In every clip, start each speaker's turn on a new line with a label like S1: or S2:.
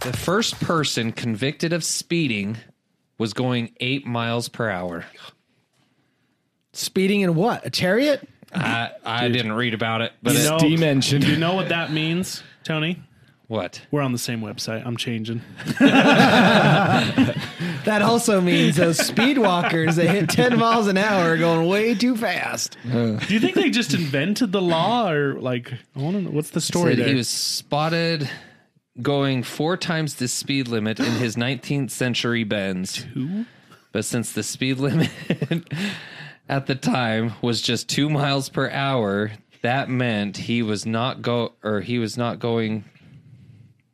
S1: The first person convicted of speeding was going eight miles per hour.
S2: Speeding in what? A chariot?
S1: I, I didn't read about it, but
S3: You
S1: it-
S3: know-
S4: Dementioned.
S3: You know what that means, Tony?
S1: what?
S3: We're on the same website. I'm changing.
S2: That also means those speed walkers that hit 10 miles an hour are going way too fast.
S3: Do you think they just invented the law, or like, I want to know what's the story
S1: Said
S3: there?
S1: he was spotted going four times the speed limit in his 19th century Benz.
S3: Who?
S1: But since the speed limit at the time was just two miles per hour, that meant he was not go or he was not going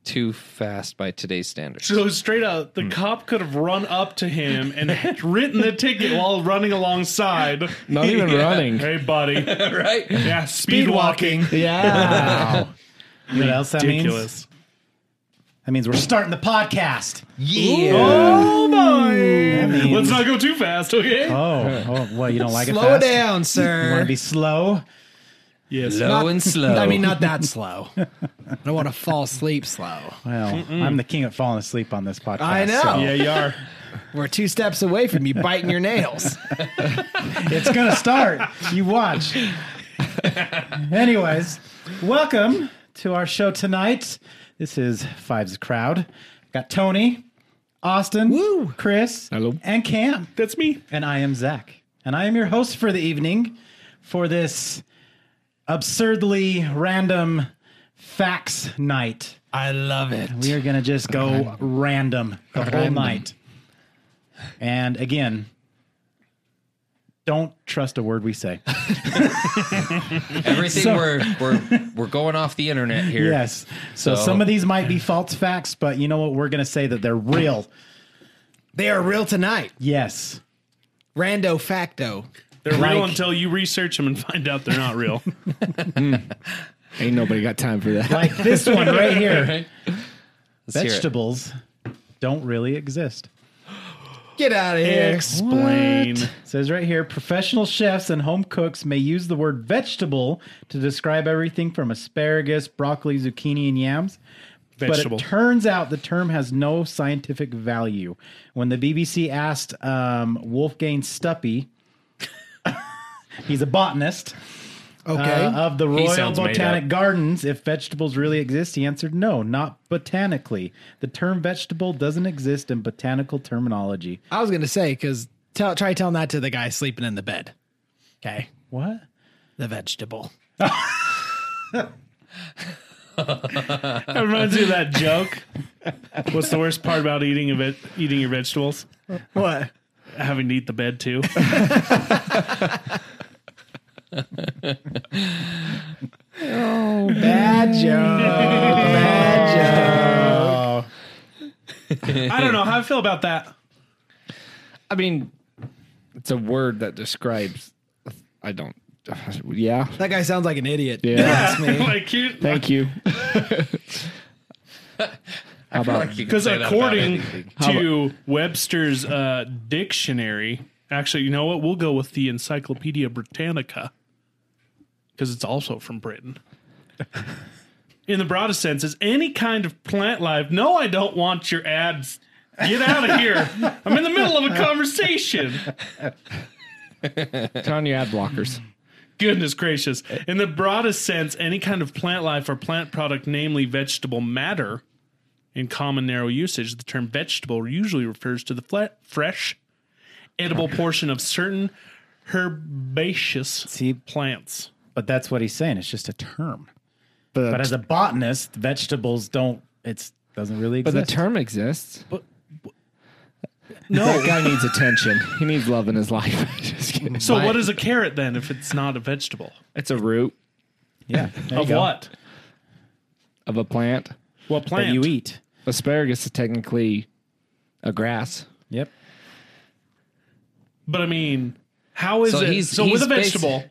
S1: too fast by today's standards.
S3: So straight out, the
S1: Hmm.
S3: cop could have run up to him and written the ticket while running alongside.
S4: Not even running.
S3: Hey, buddy.
S1: Right?
S3: Yeah, speed walking.
S5: Yeah. you know what else that means?
S3: Ridiculous.
S5: That means we're starting the podcast.
S3: Oh my!
S5: That means-
S3: Let's not go too fast, okay?
S5: Oh, oh, well, you don't like it
S2: Slow
S5: fast?
S2: down,
S5: You want
S2: sir.
S5: to be slow?
S3: yes.
S1: Low and slow.
S2: I mean, not that slow. I don't want to fall asleep slow.
S5: Well, I'm the king of falling asleep on this podcast.
S2: I know.
S5: so
S3: Yeah, you are.
S2: We're two steps away from you biting your nails.
S5: it's going to start. You watch. Anyways, welcome to our show tonight. This is Five's Crowd. Got Tony, Austin,
S2: Woo.
S5: Chris,
S4: Hello.
S5: and Cam.
S3: That's me.
S5: And I am Zach. And I am your host for the evening for this absurdly random facts night.
S2: I love it.
S5: We are going to just go random the whole night. And again, don't trust a word we say.
S1: Everything we're we're we're going off the internet here.
S5: Yes. So,
S1: So-
S5: some of these might be false facts, but you know what? We're going to say that they're real.
S2: They are real tonight.
S5: Yes.
S2: Rando facto.
S3: They're real
S5: Like-
S3: until you research them and find out they're not real.
S4: Ain't nobody got time for that.
S5: Like this one right here
S1: Let's hear it.
S5: vegetables don't really exist.
S2: Get out of here.
S3: Explain.
S5: It says right here professional chefs and home cooks may use the word vegetable to describe everything from asparagus, broccoli, zucchini, and yams.
S3: Vegetable.
S5: But it turns out the term has no scientific value. When the BBC asked um, Wolfgang Stuppy, he's a botanist
S2: Okay.
S5: uh, of the Royal
S1: sounds made
S5: Botanic
S1: up.
S5: Gardens, if vegetables really exist, he answered no, not botanically. The term vegetable doesn't exist in botanical terminology.
S2: I was going to say, because tell, try telling that to the guy sleeping in the bed. Okay.
S5: What?
S2: The vegetable.
S3: That reminds me of that joke. What's the worst part about eating a veg- eating your vegetables?
S2: What?
S3: Having to eat the bed too.
S2: Bad joke.
S3: I don't know how I feel about that.
S4: I mean, it's a word that describes. I don't. Yeah.
S2: that guy sounds like an idiot.
S4: Yeah.
S3: like you,
S4: Thank you. How about
S1: Like you can
S3: Because
S1: say that about
S3: according
S1: anything.
S3: to Webster's uh, dictionary, actually, you know what? We'll go with the Encyclopedia Britannica because it's also from Britain. In the broadest sense, is any kind of plant life. No, I don't want your ads. Get out of here. I'm in the middle of a conversation.
S4: turn on your ad blockers?
S3: Goodness gracious. In the broadest sense, any kind of plant life or plant product, namely vegetable matter, in common narrow usage, the term vegetable usually refers to the flat, fresh, edible portion of certain herbaceous
S5: See,
S3: plants.
S5: But that's what he's saying. It's just a term.
S4: But,
S5: But as a botanist, vegetables don't. It's doesn't really
S4: but
S5: exist.
S4: the term exists.
S3: No.
S4: That guy needs attention. He needs love in his life. Just kidding.
S3: So, what is a carrot then if it's not a vegetable?
S4: It's a root
S5: yeah, there you
S3: Of
S5: go.
S3: what?
S4: of a plant.
S3: What plant?
S5: that you eat.
S4: Asparagus is technically a grass.
S5: Yep.
S3: But I mean, how is
S1: So
S3: it?
S1: he's-
S3: so
S1: he's
S3: with a
S1: basi-
S3: vegetable,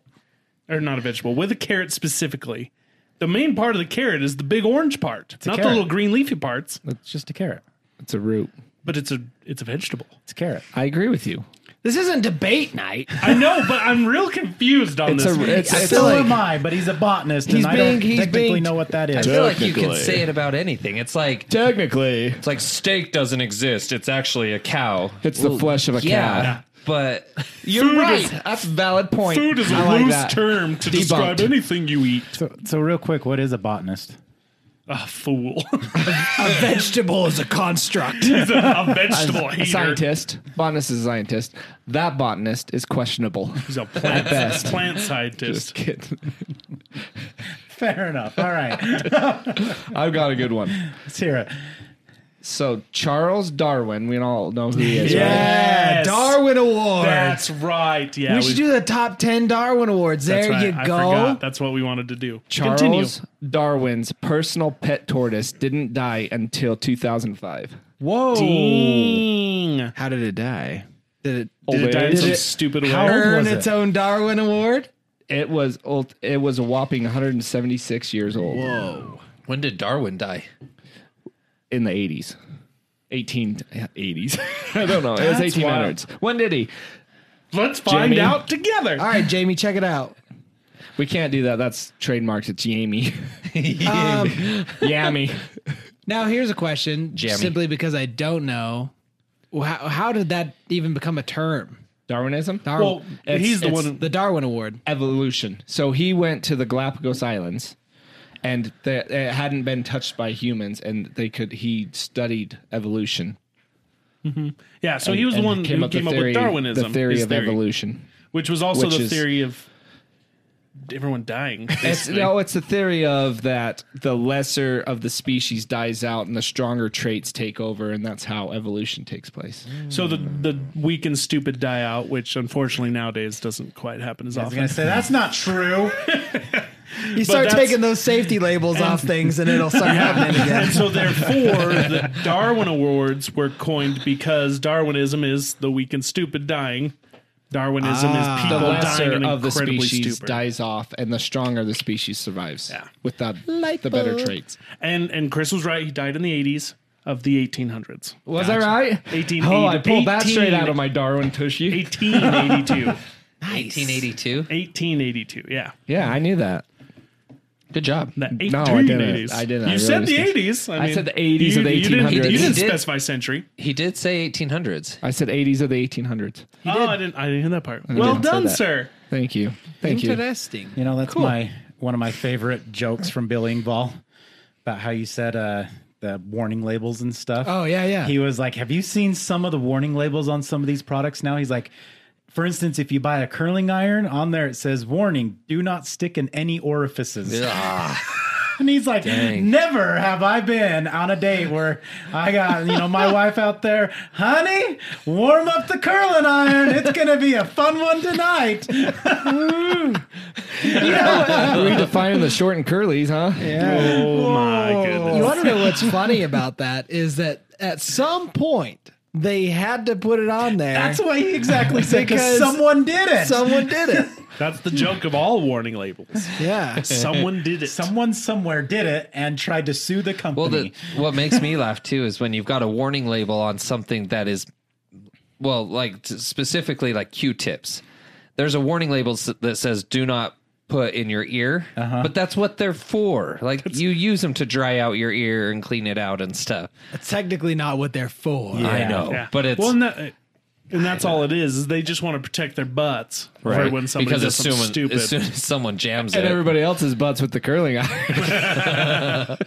S3: or not a vegetable, with a carrot specifically, the main part of the carrot is the big orange part, not the
S5: carrot.
S3: little green leafy parts.
S5: It's just a carrot.
S4: It's a root.
S3: But it's a it's a vegetable.
S5: It's a carrot.
S4: I agree with you.
S2: This isn't debate night.
S3: I know, but I'm real confused on
S1: It's
S3: this.
S1: a-
S3: one.
S1: it's-
S2: I
S1: it's
S5: So
S2: feel like
S5: am I, but he's a botanist,
S2: He's
S5: and I don't
S2: being- he's
S5: technically
S2: being-
S5: know what that
S1: I
S5: is.
S1: feel like you can
S4: Technically.
S1: say it about anything. It's like
S4: Technically,
S1: it's like steak doesn't exist. It's actually a cow.
S4: it's the flesh of a
S1: Yeah,
S4: cow.
S1: but
S2: you're
S3: Food
S2: right.
S3: is-
S2: That's a valid point.
S3: Food is a
S2: I like
S3: loose
S2: that.
S3: term to describe
S2: Debunked.
S3: anything you eat.
S5: So, so real quick, what is a botanist?
S3: A fool.
S2: A vegetable is a construct.
S3: He's a, a vegetable
S4: A
S3: hater.
S4: scientist. Botanist is a scientist. That botanist is questionable.
S3: He's a plant,
S4: best.
S3: plant
S4: Just
S3: scientist.
S4: kidding.
S5: Fair enough. All right,
S4: I've got a good one.
S5: let's hear it.
S4: So Charles Darwin, we all know who he is. Right?
S2: Yeah,
S3: Yes.
S2: Darwin Award.
S3: That's right. Yeah,
S2: we should do the top 10 Darwin Awards.
S3: that's
S2: There you
S3: right. I
S2: go.
S3: forgot. That's what we wanted to do.
S4: Charles
S3: Continue.
S4: Darwin's personal pet tortoise didn't die until 2005.
S2: Whoa.
S3: Ding.
S2: How did it die? Did it
S4: Old
S3: Did it die in
S4: age.
S3: some
S4: it,
S3: stupid
S5: How
S3: way?
S5: old
S2: earn
S5: was
S2: its
S5: it?
S2: own Darwin Award?
S4: it was old, it was a whopping 176 years old
S1: when did Darwin die?
S4: in the 80s. 1880s. I don't know. It was 1800s. When did he?
S3: Let's find
S4: Jimmy.
S3: out together.
S2: All right, Jamie, check it out.
S4: We can't do that. That's trademarked. It's Yammy.
S2: Um,
S4: Yammy.
S2: now, here's a question
S1: Jammy.
S2: simply because I don't know. Wh- How, how did that even become a term?
S4: Darwinism?
S2: Darwin,
S3: Well,
S4: It's-
S3: he's the
S4: it's-
S3: one. who-
S2: the Darwin Award.
S4: evolution. So he went to the Galapagos Islands, and the, it hadn't been touched by humans, and they could. He studied evolution.
S3: Yeah, so he was the
S4: and
S3: one who came
S4: the
S3: up
S4: theory-
S3: with Darwinism,
S4: the theory
S3: his
S4: of evolution.
S3: which was also
S4: which
S3: the
S4: is-
S3: theory of everyone dying.
S4: It's,
S3: basically.
S4: no, it's the theory of that the lesser of the species dies out and the stronger traits take over, and that's how evolution takes place.
S3: So the the weak and stupid die out, which unfortunately nowadays doesn't quite happen as
S5: I was gonna
S3: often.
S5: say that's not true.
S2: You start
S3: that's-
S2: taking those safety labels off things and it'll start happening again.
S3: And so therefore, the Darwin Awards were coined because Darwinism is the weak and stupid dying. Darwinism is
S4: Ah, The
S3: people dying
S4: lesser
S3: and
S4: of the
S3: incredibly
S4: species
S3: stupid.
S4: dies off, and the stronger the species survives.
S3: Yeah.
S4: with the the better traits.
S3: And and Chris was right. He died in the eighties of the eighteen hundreds.
S4: Was I right?
S3: 1880
S4: Oh, I pulled that straight
S3: 18
S4: out of my Darwin tushy.
S3: 1882.
S1: 1882.
S3: 1882, yeah.
S4: Yeah, I knew that. Good job.
S3: The
S4: No, I didn't.
S3: 1880s.
S4: I didn't.
S3: You
S4: I really
S3: said the
S4: didn't.
S3: 80s. I,
S4: I
S3: mean,
S4: said the 80s
S3: you,
S4: of the
S3: you didn't- You
S4: 1800s.
S3: didn't
S1: He did.
S3: specify century.
S1: He did say 1800s.
S4: I said 80s of the 1800s.
S3: Oh, I didn't. I didn't hear that part. well
S4: didn't say
S3: done,
S4: that.
S3: sir.
S4: Thank you. Thank you.
S2: Interesting.
S5: You know, that's my one of my favorite jokes from Billy Engvall about how you said uh, the warning labels and stuff.
S2: Oh, yeah, yeah.
S5: He was like, "Have you seen some of the warning labels on some of these products now?" He's like, "For instance, if you buy a curling iron, on there it says warning: do not stick in any orifices." And he's like,
S1: Dang.
S5: never have I been on a date where I got, you know, my wife out there, honey, warm up the curling iron. It's going to be a fun one tonight.
S4: Redefining the short and curlies, huh?
S3: Oh my goodness.
S2: You want to know what's funny about that is that at some point they had to put it on there.
S5: That's why he exactly said because
S2: Because
S5: someone did it.
S2: someone did it.
S3: That's the joke of all warning labels.
S2: Yeah.
S3: Someone did it.
S5: someone somewhere did it and tried to sue the company.
S1: Well, the, what makes me laugh too is when you've got a warning label on something that is, well, like t- specifically like Q-tips. There's a warning label s- that says "Do not put in your ear," but that's what they're for. Like you use them to dry out your ear and clean it out and stuff.
S2: That's technically not what they're for.
S1: I
S5: Yeah.
S1: know,
S3: Yeah.
S1: but it's
S3: well, and, that, and that's all it is. Is they just want to protect their butts for when somebody
S1: because
S3: does something
S1: assuming,
S3: stupid.
S1: as soon as someone jams
S4: And
S1: it,
S4: everybody else's butts with the curling iron.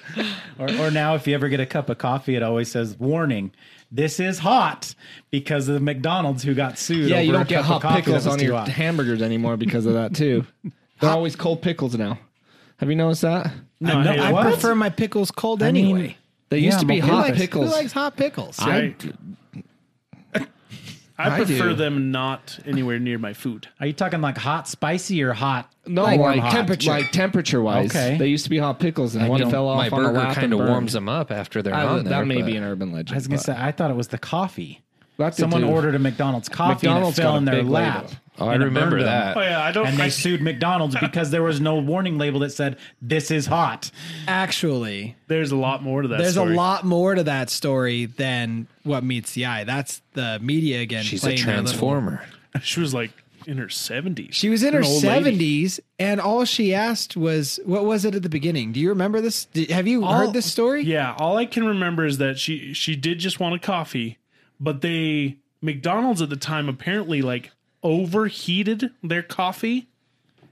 S5: or, or now, if you ever get a cup of coffee, it always says warning. This is hot because of the McDonald's who got sued.
S4: yeah,
S5: over
S4: you
S5: a
S4: don't get
S5: cup of
S4: hot
S5: coffee
S4: pickles
S5: that was
S4: on
S5: too
S4: your
S5: hot.
S4: hamburgers anymore because of that too. They're always cold pickles now. Have you noticed that?
S3: no,
S5: No,
S3: hey,
S5: I
S2: I
S5: What?
S2: prefer my pickles cold
S5: mean,
S2: anyway.
S4: They
S5: Yeah,
S4: used to be
S5: but who
S4: hot
S5: likes- who
S2: Who
S4: pickles.
S2: likes hot pickles?
S3: I, I
S4: I
S3: prefer
S4: do.
S3: them not anywhere near my food.
S5: Are you talking like hot, spicy, or hot?
S4: no,
S5: warm
S4: like,
S5: hot?
S4: temperature, like temperature wise.
S5: Okay.
S4: They used to be hot pickles, and one
S5: don't-
S4: fell off
S1: my
S4: on a
S1: burger
S4: lap
S1: kind of
S4: and burned.
S1: warms them up after they're
S4: I
S1: on
S4: don't-
S1: there.
S4: that may
S1: but-
S4: be an urban legend.
S5: I was gonna
S4: but
S5: say I thought it was the coffee.
S4: that's a
S5: Someone
S4: dude.
S5: ordered a McDonald's coffee
S4: McDonald's
S5: and it fell
S4: got
S5: in
S4: a
S5: their
S4: big
S5: lap.
S4: label.
S1: Oh, I
S5: and it
S1: remember
S5: burned them.
S1: that.
S3: Oh yeah, I don't.
S5: And
S3: I,
S5: they sued McDonald's because there was no warning label that said this is hot.
S2: Actually,
S3: there's a lot more to that.
S2: there's
S3: story.
S2: a lot more to that story than what meets the eye. That's the media again.
S1: She's a
S2: playing their little-
S1: transformer.
S3: She was like in her seventies.
S2: She was in her
S3: An old lady.
S2: seventies, and all she asked was, "What was it at the beginning?" Do you remember this? Did, have you
S3: All-
S2: heard this story?
S3: Yeah, all I can remember is that she she did just want a coffee, but they McDonald's at the time apparently like overheated their coffee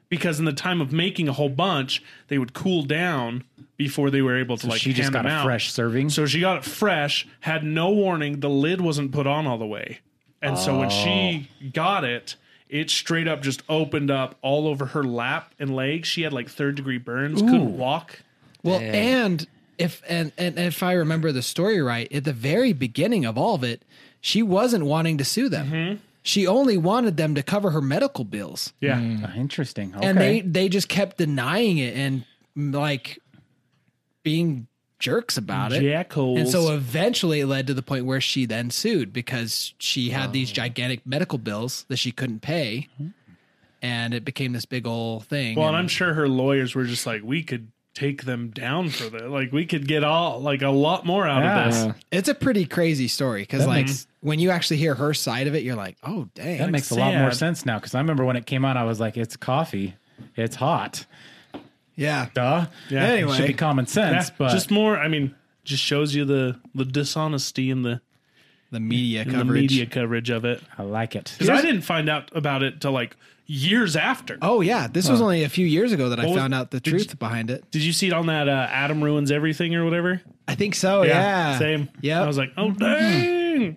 S3: because in the time of making a whole bunch, they would cool down before they were able to like
S5: she just
S3: hand
S5: got
S3: them
S5: a
S3: out.
S5: fresh serving.
S3: So she got it fresh, had no warning, the lid wasn't put on all the way. And so when she
S5: Oh.
S3: got it, it straight up just opened up all over her lap and legs. She had like third degree burns, couldn't walk.
S2: Well, and if and, and if I remember the story right, at the very beginning of all of it, she wasn't wanting to sue them.
S3: Mm-hmm.
S2: She only wanted them to cover her medical bills,
S3: Yeah.
S5: Mm. Interesting. Okay.
S2: and they they just kept denying it and like being jerks about it.
S3: Jackals.
S2: And so eventually it led to the point where she then sued because she had these gigantic medical bills that she couldn't pay. And it became this big old thing.
S3: Mm-hmm. Well, and
S2: and-
S3: I'm sure her lawyers were just like, we could take them down for that. Like, we could get all, like, a lot more out
S5: Yeah.
S3: of this.
S2: it's a pretty crazy story because, like, when you actually hear her side of it, you're like, oh, dang.
S5: that makes a lot more
S3: sad.
S5: sense now because I remember when it came out, I was like, it's coffee. It's hot.
S2: yeah.
S5: Duh.
S3: Yeah.
S5: It should be common sense,
S3: Yeah,
S5: but
S3: just more, I mean, just shows you the, the dishonesty and the,
S2: The media
S3: and the
S2: coverage.
S3: media coverage of it.
S5: I like it.
S3: Because I didn't find out about it till like years after.
S2: Oh, yeah. This was only a few years ago that I
S3: was-
S2: found out the
S3: did
S2: truth behind it.
S3: Did you see it on that uh, Adam Ruins Everything or whatever?
S2: I think so. Yeah.
S3: Same.
S2: Yep.
S3: I was like, oh, dang.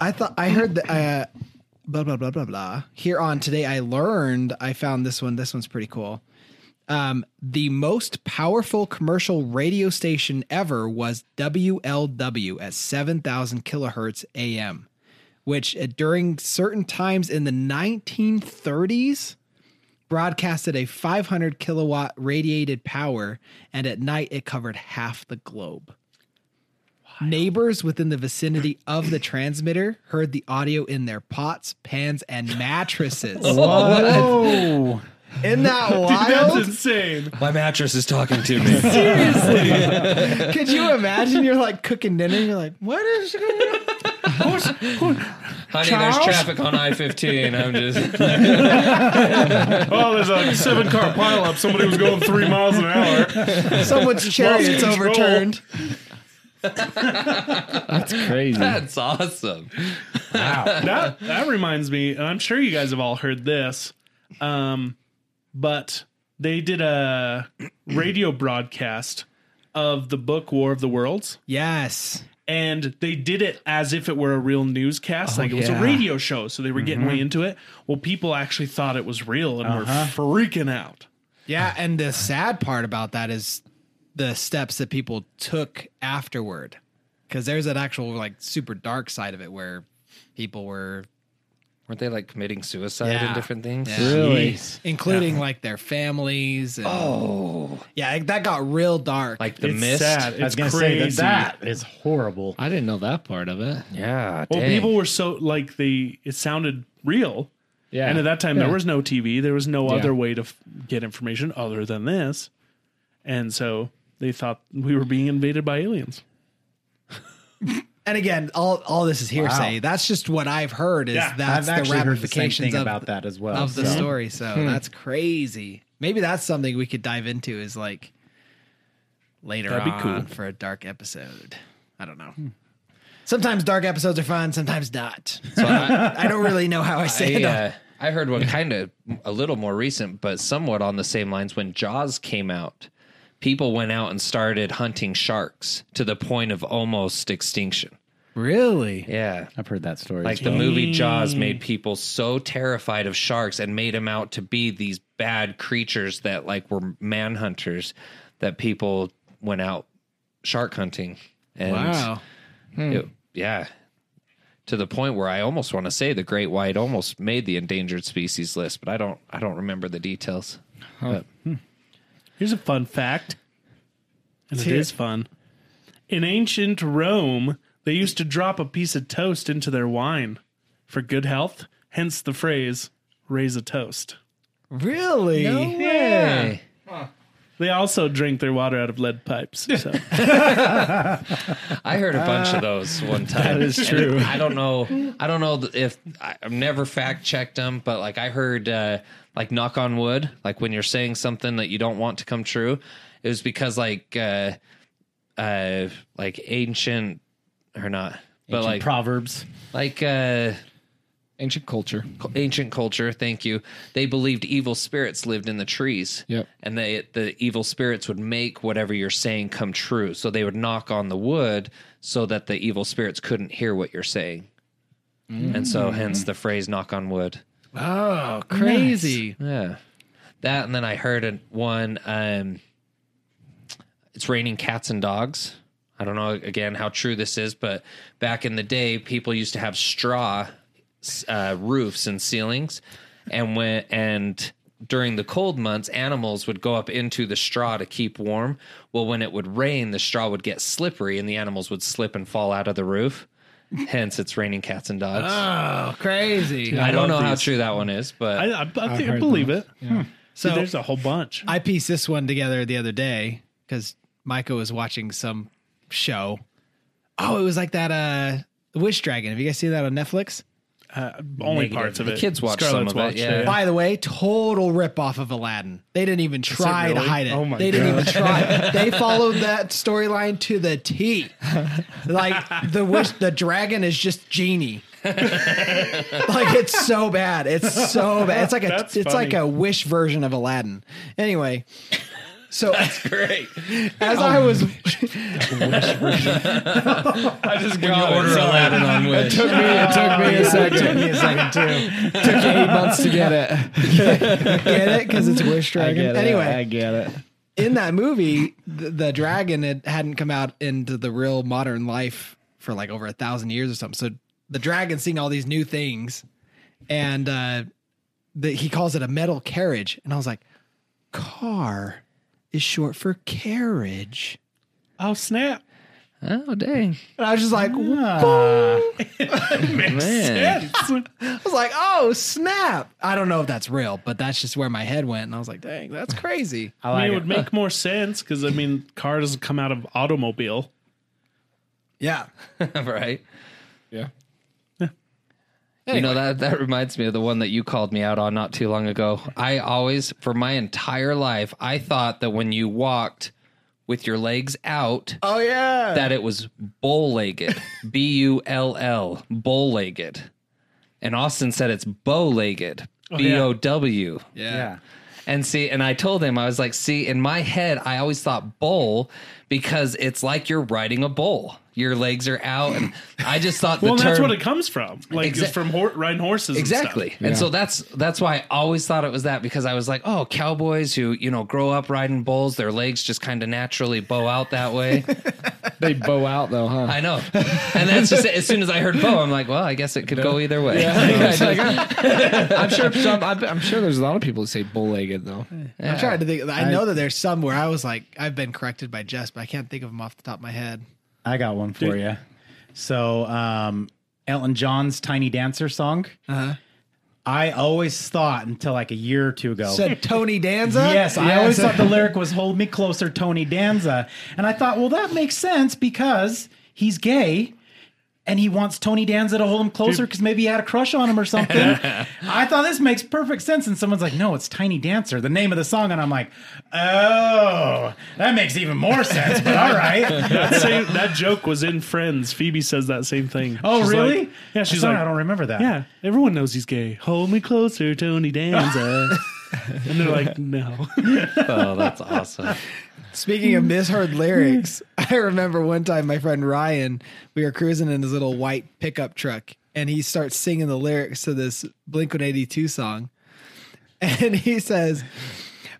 S2: I thought I heard that. Uh, blah blah blah blah blah. Here on today, I learned. I found this one. This one's pretty cool. Um, the most powerful commercial radio station ever was WLW at seven thousand kilohertz AM, which uh, during certain times in the nineteen thirties broadcasted a 500 kilowatt radiated power and at night it covered half the globe Neighbors within the vicinity of the transmitter heard the audio in their pots, pans, and mattresses.
S5: Whoa.
S2: Isn't that
S3: That's
S2: wild?
S3: insane.
S1: My mattress is talking to me.
S2: Could you imagine? You're like cooking dinner, and you're like, what is going on?
S1: Honey,
S2: Charles?
S1: there's traffic on I 15. I'm just.
S3: Oh, there's a seven car pileup. Somebody was going three miles an hour.
S2: Someone's chariot's
S3: control.
S2: overturned.
S4: Crazy.
S1: That's awesome.
S3: that that reminds me, and I'm sure you guys have all heard this, um, but they did a radio broadcast of the book War of the Worlds,
S2: Yes.
S3: and they did it as if it were a real newscast,
S5: Oh,
S3: like it was
S2: yeah.
S3: a radio show. So they were getting
S5: Mm-hmm.
S3: way into it. Well, people actually thought it was real and
S5: Uh-huh.
S3: were freaking out.
S2: Yeah, and the sad part about that is the steps that people took afterward. Because there's that actual like super dark side of it where people were
S1: Weren't they like committing suicide
S2: Yeah.
S1: and different things?
S2: Yeah.
S4: Really?
S2: including like their families. And, oh, yeah, like, that got real dark.
S1: Like the
S3: it's
S1: mist?
S3: sad. It's
S5: I was going to say
S3: crazy.
S5: that that is horrible.
S4: I didn't know that part of it.
S1: Yeah.
S3: Well,
S1: dang.
S3: people were so like they it sounded real.
S4: Yeah.
S3: And at that time, there was no TV. There was no
S4: Yeah.
S3: other way to f- get information other than this. And so they thought we were being invaded by aliens.
S2: and again, all all this is hearsay. That's just what I've heard. Is
S3: Yeah,
S2: that's
S5: I've
S2: the
S5: actually heard the same
S2: ramifications
S5: thing
S2: of,
S5: about that as well.
S2: of the
S5: so.
S2: story. So that's crazy. Maybe that's something we could dive into. Is like later
S3: That'd be
S2: on
S3: cool.
S2: for a dark episode. I don't know. Sometimes dark episodes are fun. Sometimes not. So I, I don't really know how I say
S1: I,
S2: it.
S1: uh, I heard one kind of a little more recent, but somewhat on the same lines. When Jaws came out, people went out and started hunting sharks to the point of almost extinction.
S2: Really?
S1: Yeah.
S5: I've heard that story.
S1: Like the movie Jaws made people so terrified of sharks and made them out to be these bad creatures that like were manhunters that people went out shark hunting. And
S2: Wow.
S1: it- yeah. To the point where I almost want to say the great white almost made the endangered species list, but I don't I don't remember the details. But
S3: Here's a fun fact, and it
S2: hear it.
S3: is fun. In ancient Rome, they used to drop a piece of toast into their wine for good health, hence the phrase raise a toast.
S2: Really?
S1: yeah.
S3: They also drink their water out of lead pipes. So.
S1: I heard a bunch of those one time. That is true. I don't know. I don't know th- if I- I've never fact checked them, but like I heard, uh, like knock on wood, like when you're saying something that you don't want to come true, it was because like, uh, uh, like ancient or not, but
S5: Ancient
S1: like
S5: proverbs.
S1: like uh,
S4: Ancient culture.
S1: cu- ancient culture. Thank you. They believed evil spirits lived in the trees.
S4: Yep.
S1: And they the evil spirits would make whatever you're saying come true. So they would knock on the wood so that the evil spirits couldn't hear what you're saying. And so hence the phrase knock on wood.
S2: Oh, crazy.
S1: Yeah. That and then I heard an- one um it's raining cats and dogs. I don't know again how true this is, but back in the day people used to have straw uh, roofs and ceilings and when and during the cold months animals would go up into the straw to keep warm. Well, when it would rain, the straw would get slippery and the animals would slip and fall out of the roof. Hence it's raining cats and dogs.
S2: Oh, crazy.
S1: I, don't know
S3: love
S1: how
S3: these.
S1: true that one is, but
S3: I, I, I, think, I believe it. So
S2: So-
S3: there's a whole bunch.
S2: I pieced this one together the other day because Micah was watching some show. Oh, it was like that uh Wish Dragon. Have you guys seen that on Netflix?
S3: Uh, only parts of
S1: The
S3: it.
S1: kids watch some of it,
S3: watched
S1: yeah.
S2: By the way, total rip off of Aladdin. They didn't even try
S3: really?
S2: to hide it.
S4: Oh my
S2: they didn't even try. They followed that storyline to the T. Like the wish, the dragon is just genie. like it's so bad. It's so bad. It's like a
S3: That's
S2: it's like
S3: funny.
S2: a wish version of Aladdin. Anyway, so
S1: great.
S2: as I
S4: Oh.
S2: was
S4: I just
S1: order Aladdin on Wish.
S4: Took me, it took me a second. took me a second too. took eight months to get it.
S2: get it because it's wish
S4: I
S2: dragon.
S4: get
S2: anyway,
S4: it. I get it.
S2: in that movie, the, the dragon it hadn't come out into the real modern life for like over a thousand years or something. So the dragon's seeing all these new things, and uh, the, he calls it a metal carriage. And I was like, car is short for carriage.
S3: Oh, snap.
S1: Oh dang,
S2: And I was just like,
S1: man!
S2: I was like, oh snap! I don't know if that's real, but that's just where my head went. And I was like, dang, that's crazy.
S3: I
S5: I
S3: mean,
S5: like
S3: it
S5: it.
S3: would make more sense because, I mean, car doesn't come out of automobile.
S2: Yeah,
S1: right?
S4: Yeah.
S1: You know that that reminds me of the one that you called me out on not too long ago. I always, for my entire life, I thought that when you walked with your legs out,
S2: Oh yeah.
S1: that it was bow-legged, B U L L, bow-legged. And Austin said it's bow-legged, B O W.
S5: yeah.
S1: And see, and I told him, I was like, see, in my head, I always thought bowl because it's like you're riding a bowl. Your legs are out. And I just thought the
S3: Well,
S1: term.
S3: that's what it comes from. Like,
S1: Exact-
S3: it's from hor- riding horses. and stuff.
S1: Exactly. And so that's that's why I always thought it was that because I was like, oh, cowboys who, you know, grow up riding bulls, their legs just kind of naturally bow out that way.
S4: They bow out though, huh?
S1: I know. And that's just it. as soon as I heard bow, I'm like, well, I guess it could go either way.
S4: I'm sure. Some, I'm, I'm sure there's a lot of people who say bull-legged though.
S2: I'm trying to think. I, know that there's somewhere I was like, I've been corrected by Jess, but I can't think of them off the top of my head.
S5: I got one for you. So, um, Elton John's Tiny Dancer song.
S2: Uh-huh.
S5: I always thought until like a year or two ago.
S2: Said Tony Danza.
S5: Oh. Yes, I
S4: Yes.
S5: always thought the lyric was "Hold Me Closer, Tony Danza," and I thought, well, that makes sense because he's gay, and he wants Tony Danza to hold him closer because maybe he had a crush on him or something. I thought this makes perfect sense, and someone's like, "No, it's Tiny Dancer," the name of the song, and I'm like, "Oh, that makes even more sense." But all right.
S3: That, same, that joke was in Friends. Phoebe says that same thing.
S5: Oh,
S3: She's
S5: really?
S3: like- yeah, she's
S5: Sorry,
S3: like,
S5: I don't remember that.
S3: Yeah, everyone knows he's gay. Hold me closer, Tony Danza. and they're like, no.
S1: Oh, that's awesome.
S2: Speaking of misheard lyrics, I I remember one time my friend Ryan, we were cruising in his little white pickup truck, and he starts singing the lyrics to this Blink 182 song. And he says,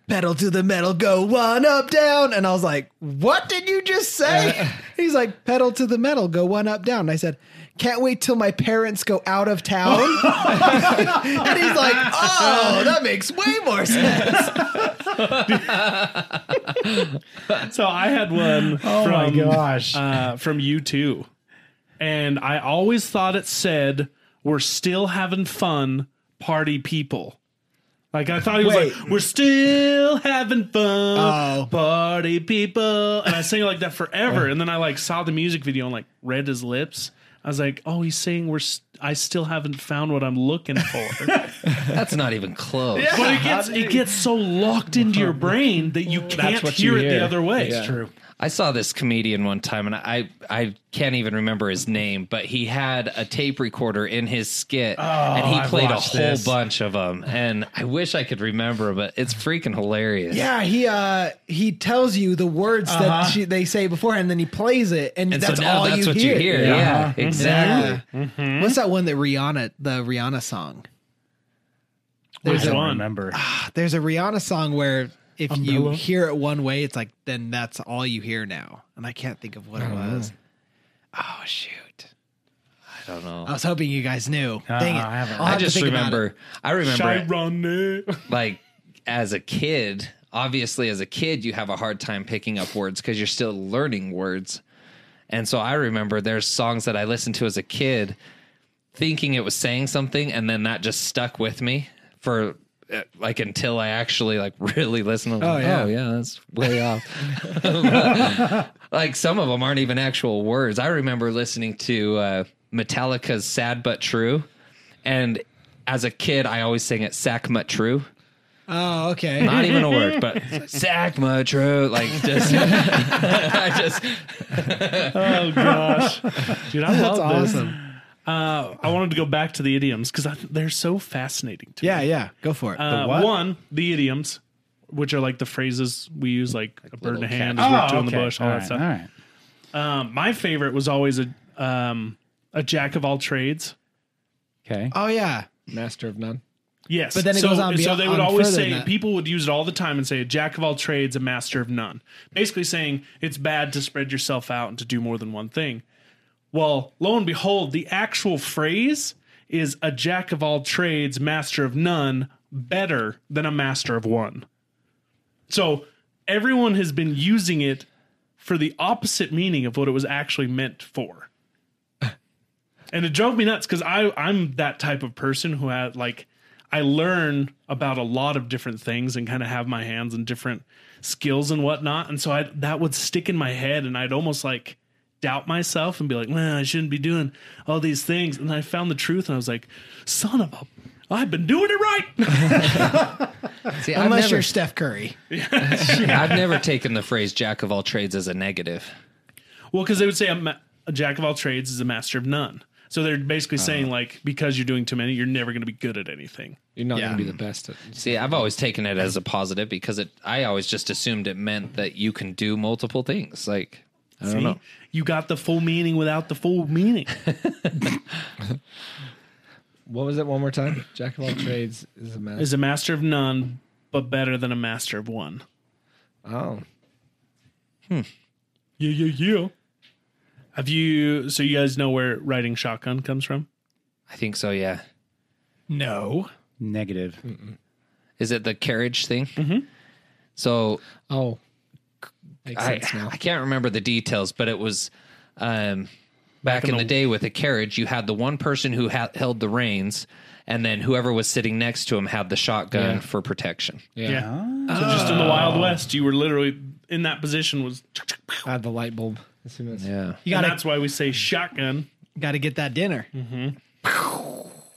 S2: Pedal to the metal, go one up, down. And I was like, What did you just say? He's like, Pedal to the metal, go one up, down. And I said, Can't wait till my parents go out of town. and he's like, Oh, that makes way more sense.
S3: So I had one
S5: Oh
S3: from
S5: my gosh.
S3: uh, from U2. And I always thought it said, We're still having fun, party people. Like I thought he was
S2: Wait.
S3: like, We're still having fun,
S2: Oh.
S3: party people. And I sang it like that forever. And then I like saw the music video and like read his lips. I was like, "Oh, he's saying we're. St- I still haven't found what I'm looking for."
S1: That's not even close.
S3: but it gets it gets so locked into your brain that you can't
S4: what
S3: hear
S4: you
S3: it the
S4: hear.
S3: other way.
S4: It's
S5: True.
S1: I saw this comedian one time, and I I can't even remember his name, but he had a tape recorder in his skit, and
S2: Oh,
S1: he
S5: I've
S1: played a
S5: watched
S1: whole
S5: this.
S1: bunch of them. And I wish I could remember, but it's freaking hilarious.
S2: Yeah, he uh he tells you the words that she, they say beforehand, then he plays it, and,
S1: And
S2: that's
S1: so now
S2: all
S1: that's
S2: you
S1: what
S2: hear. Mm-hmm.
S1: you hear. Yeah, exactly.
S2: What's that one that Rihanna, the Rihanna song?
S5: I
S3: There's
S5: don't
S3: one.
S5: remember.
S2: There's a Rihanna song where if you hear it one way, it's like then that's all you hear now, and I can't think of what it was. Oh shoot!
S1: I don't know.
S2: I was hoping you guys knew. Dang it!
S5: I haven't.
S2: I'll
S1: I
S2: have to
S1: just
S2: think about it.
S1: remember. I remember it,
S3: Sharon.
S1: like as a kid. Obviously, as a kid, you have a hard time picking up words because you're still learning words. And so I remember there's songs that I listened to as a kid, thinking it was saying something, and then that just stuck with me for uh, like until I actually like really listened. to
S2: Oh, yeah.
S1: oh yeah, that's way off. like some of them aren't even actual words. I remember listening to uh, Metallica's "Sad but True," and as a kid, I always sang it "Sakma True."
S2: Oh okay.
S1: Not even a word, but "Sakma True." Like just, I just
S3: Oh gosh, dude, I
S2: that's
S3: love this.
S2: awesome.
S3: Uh, I wanted to go back to the idioms because they're so fascinating to me.
S2: Yeah, yeah. Go for it.
S3: Uh,
S5: what?
S3: One, the idioms, which are like the phrases we use, like, a bird in a
S1: little
S3: hand, is
S5: Oh,
S3: worth two in the
S5: okay.
S3: bush, all, that
S5: right,
S3: stuff.
S5: All right.
S3: Um, my favorite was always a um, a jack of all trades.
S5: Okay.
S2: oh yeah.
S4: Master of none.
S3: Yes,
S2: But then it
S3: so,
S2: goes on
S3: So
S2: beyond-
S3: they would
S2: on
S3: always
S2: further than
S3: say
S2: that.
S3: people would use it all the time and say a jack of all trades, a master of none. Basically saying it's bad to spread yourself out and to do more than one thing. Well, lo and behold, the actual phrase is a jack of all trades, master of none, better than a master of one. So everyone has been using it for the opposite meaning of what it was actually meant for. and it drove me nuts because I I'm that type of person who had like I learn about a lot of different things and kind of have my hands in different skills and whatnot, and so I that would stick in my head, and I'd almost like doubt myself and be like, "Man, I shouldn't be doing all these things." And I found the truth, and I was like, "Son of a, I've been doing it right."
S1: see. I've
S2: Unless
S1: never,
S2: you're Steph Curry.
S1: I've never taken the phrase "jack of all trades" as a negative.
S3: well, because they would say a, ma- a jack of all trades is a master of none. So they're basically
S1: Uh-huh.
S3: saying like, because you're doing too many, you're never going to be good at anything.
S4: You're not going to be the best at
S1: See, I've always taken it as a positive because it. I always just assumed it meant that you can do multiple things. Like I don't
S3: See?
S1: know.
S3: You got the full meaning without the full meaning.
S4: What was it one more time? Jack of all trades is a master.
S3: Is a master of none, but better than a master of one.
S4: Oh.
S3: Yeah, yeah, yeah. Have you? So you guys know where riding shotgun comes from?
S1: I think so. Yeah.
S2: No.
S5: Negative.
S1: Is it the carriage thing? Mm-hmm. So
S4: Oh. Makes
S1: I,
S4: sense now.
S1: I can't remember the details, but it was um, back, in the, day with a carriage. You had the one person who ha- held the reins, and then whoever was sitting next to him had the shotgun for protection.
S4: Yeah.
S3: So just in the Wild West, you were literally in that position. Was
S4: Add the light bulb as soon as.
S1: Yeah.
S2: You
S3: and
S2: gotta
S3: that's why we say shotgun.
S2: gotta get that dinner.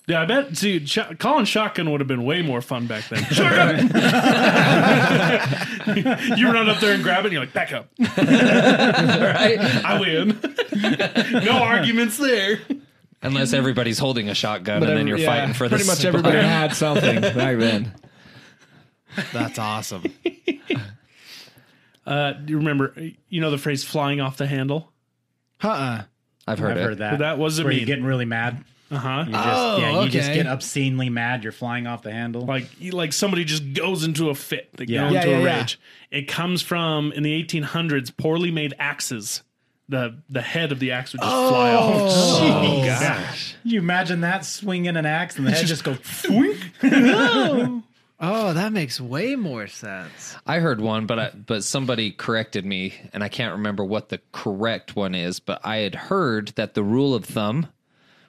S3: Yeah, I bet, dude. Sh- calling shotgun would have been way more fun back then. Shotgun. you run up there and grab it, and you're like, back up.
S1: Right?
S3: I win. no arguments there.
S1: Unless everybody's holding a shotgun
S4: But
S1: and then
S4: every-
S1: you're
S4: yeah,
S1: fighting for the
S4: Pretty much
S1: spot.
S4: everybody had something back then.
S2: That's awesome.
S3: Uh, do you remember, you know the phrase "flying off the handle"?
S2: Huh?
S1: I've heard
S5: I've
S1: it.
S5: heard that.
S3: That was a
S5: where
S3: meme.
S5: you're getting really mad.
S3: Uh huh.
S5: You just, yeah, you just
S2: okay.
S5: get obscenely mad. You're flying off the handle.
S3: Like like somebody just goes into a fit. They
S5: Yeah.
S3: go
S2: Yeah,
S3: into a
S2: yeah, yeah.
S3: rage. It comes from in the 1800s, poorly made axes. The the head of the axe would just fly
S2: Oh.
S3: off.
S5: Jeez. You imagine that swinging an axe and the head just go. thwink?
S2: Oh, that makes way more sense.
S1: I heard one, but I, but somebody corrected me, and I can't remember what the correct one is. But I had heard that the rule of thumb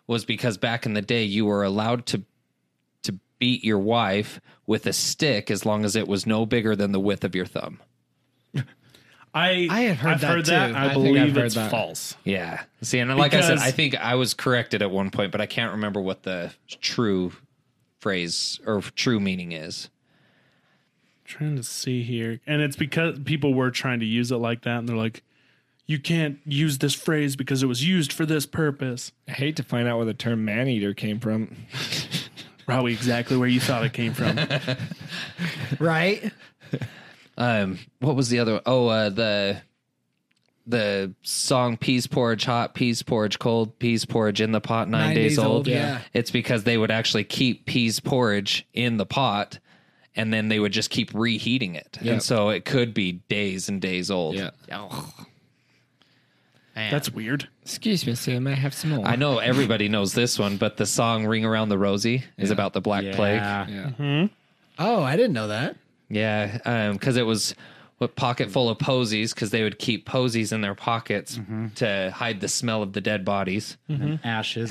S1: was because back in the day you were allowed to to beat your wife with a stick as long as it was no bigger than the width of your thumb.
S3: I
S2: I had heard
S3: I've
S2: that
S3: heard
S2: too.
S3: that.
S2: I
S3: I,
S4: think I've
S3: believe
S4: heard
S3: it's
S4: that.
S3: false.
S1: Yeah. See, and like I said,
S3: Because-
S1: I think I was corrected at one point, but I can't remember what the true phrase or true meaning is.
S3: trying to see here, and it's because people were trying to use it like that, and they're like, "You can't use this phrase because it was used for this purpose."
S4: I hate to find out where the term man eater came from.
S3: Probably exactly where you thought it came from.
S2: Right?
S1: Um, what was the other? Oh, uh, the the song "Peas Porridge Hot, Peas Porridge Cold, Peas Porridge in the Pot Nine, days, Old."
S2: yeah.
S1: It's because they would actually keep peas porridge in the pot, and then they would just keep reheating it,
S4: Yeah.
S1: and so it could be days and days old.
S3: That's weird.
S4: Excuse me, sir. May I have some more?
S1: I know everybody knows this one, but the song "Ring Around the Rosie" is about the Black Plague.
S5: Yeah.
S4: Yeah.
S2: Oh, I didn't know that.
S1: Yeah, because it was what pocket full of posies because they would keep posies in their pockets to hide the smell of the dead bodies.
S5: Ashes,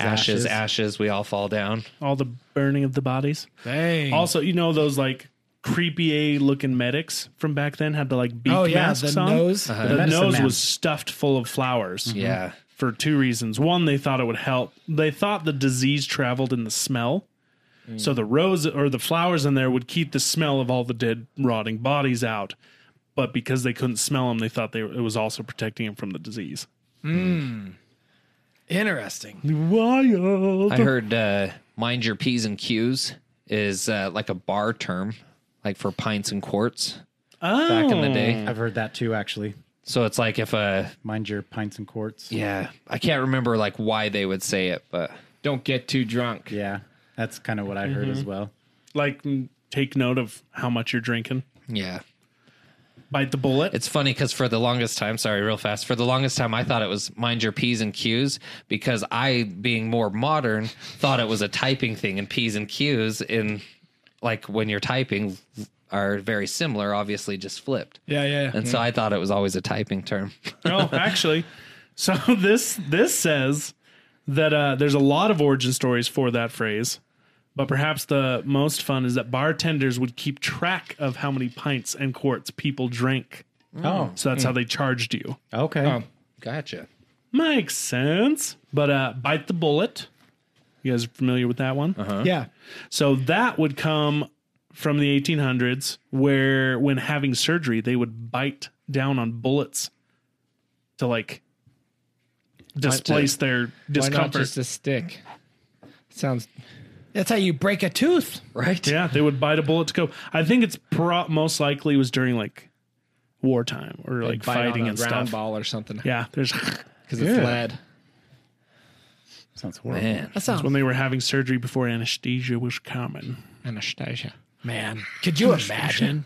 S1: Ashes,
S5: ashes,
S1: ashes, we all fall down.
S3: All the burning of the bodies.
S2: Dang.
S3: Also, you know those like creepy a looking medics from back then had the like beak
S2: oh yeah,
S3: masks
S2: the
S3: on.
S2: nose.
S3: The
S5: medicine
S3: nose
S5: man.
S3: was stuffed full of flowers.
S1: Yeah.
S3: for two reasons. One, they thought it would help. They thought the disease traveled in the smell.
S2: Mm.
S3: So the rose or the flowers in there would keep the smell of all the dead rotting bodies out. But because they couldn't smell them, they thought they it was also protecting them from the disease.
S2: Interesting.
S3: Wild.
S1: I heard uh, mind your P's and Q's is uh, like a bar term, like for pints and quarts
S3: Oh.
S1: back in the day.
S5: I've heard that too, actually.
S1: So it's like if a,
S5: Mind your pints and quarts.
S1: yeah, I can't remember like why they would say it, but
S4: Don't get too drunk.
S5: Yeah, that's kind of what I heard as well.
S3: Like mm, take note of how much you're drinking.
S1: yeah.
S3: Bite the bullet.
S1: It's funny because for the longest time, sorry, real fast, for the longest time, I thought it was mind your P's and Q's because I, being more modern, thought it was a typing thing, and P's and Q's in like when you're typing are very similar, obviously just flipped.
S2: Yeah, yeah.
S1: And so I thought it was always a typing term.
S3: no, actually. So this this says that uh, there's a lot of origin stories for that phrase, but perhaps the most fun is that bartenders would keep track of how many pints and quarts people drank.
S5: Oh,
S3: So that's how they charged you.
S5: okay.
S2: Uh-huh.
S4: Oh,
S1: Gotcha.
S3: Makes sense. But uh, bite the bullet. You guys are familiar with that one?
S2: Yeah.
S3: So that would come from the 1800s, where when having surgery, they would bite down on bullets to like displace their
S4: Why not
S3: discomfort.
S4: just a stick? Sounds
S2: That's how you break a tooth.
S1: Right?
S3: yeah, they would bite a bullet to go. I think it's pro- most likely it was during like wartime or like
S4: bite on
S3: fighting
S4: a
S3: and
S4: round
S3: stuff.
S4: ball or something
S3: Yeah, there's
S4: because it's lead.
S5: Sounds horrible.
S1: Man.
S2: That sounds
S3: when they were having surgery before anesthesia was common.
S4: Anastasia.
S2: man. Could you imagine?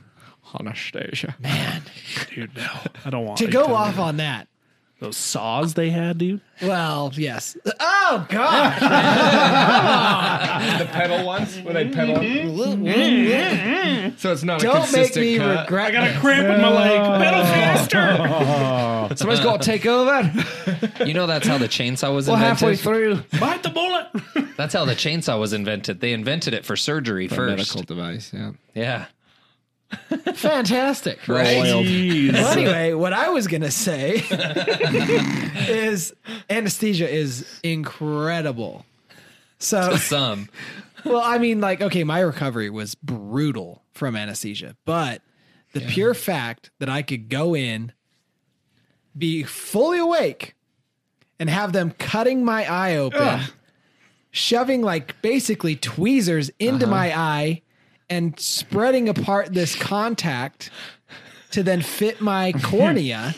S4: Anastasia.
S2: Man.
S3: Dude, no, I don't want
S2: To go off on that.
S3: those saws they had, dude.
S2: Well, yes. Oh god.
S4: the pedal ones when they pedal. so it's not a
S2: Don't make
S4: consistent
S2: me
S4: cut.
S2: regret
S3: I got a cramp in my leg. Pedal faster.
S4: Somebody's got to take over.
S1: You know that's how the chainsaw was
S4: We're halfway
S1: invented.
S4: through.
S3: bite the bullet.
S1: That's how the chainsaw was invented. They invented it for surgery first.
S4: Medical device. Yeah.
S1: Yeah.
S2: Fantastic.
S3: Jeez.
S2: Well, anyway, what I was gonna say is anesthesia is incredible. So,
S1: Some.
S2: well, I mean, like, okay, my recovery was brutal from anesthesia, but the pure fact that I could go in, be fully awake, and have them cutting my eye open, shoving like basically tweezers into my eye, and spreading apart this contact to then fit my cornea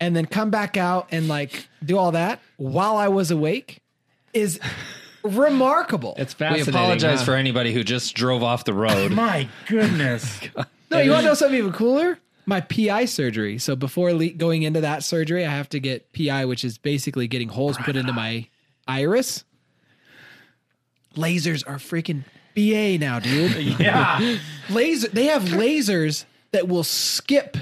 S2: and then come back out and like do all that while I was awake is remarkable.
S4: It's
S1: We
S4: fascinating.
S1: apologize
S4: huh?
S1: for anybody who just drove off the road.
S5: My goodness.
S2: no, you want to know something even cooler? My PI surgery. So before le- going into that surgery, I have to get PI, which is basically getting holes put into my iris. Lasers are freaking BA now, dude.
S5: yeah.
S2: laser they have lasers that will skip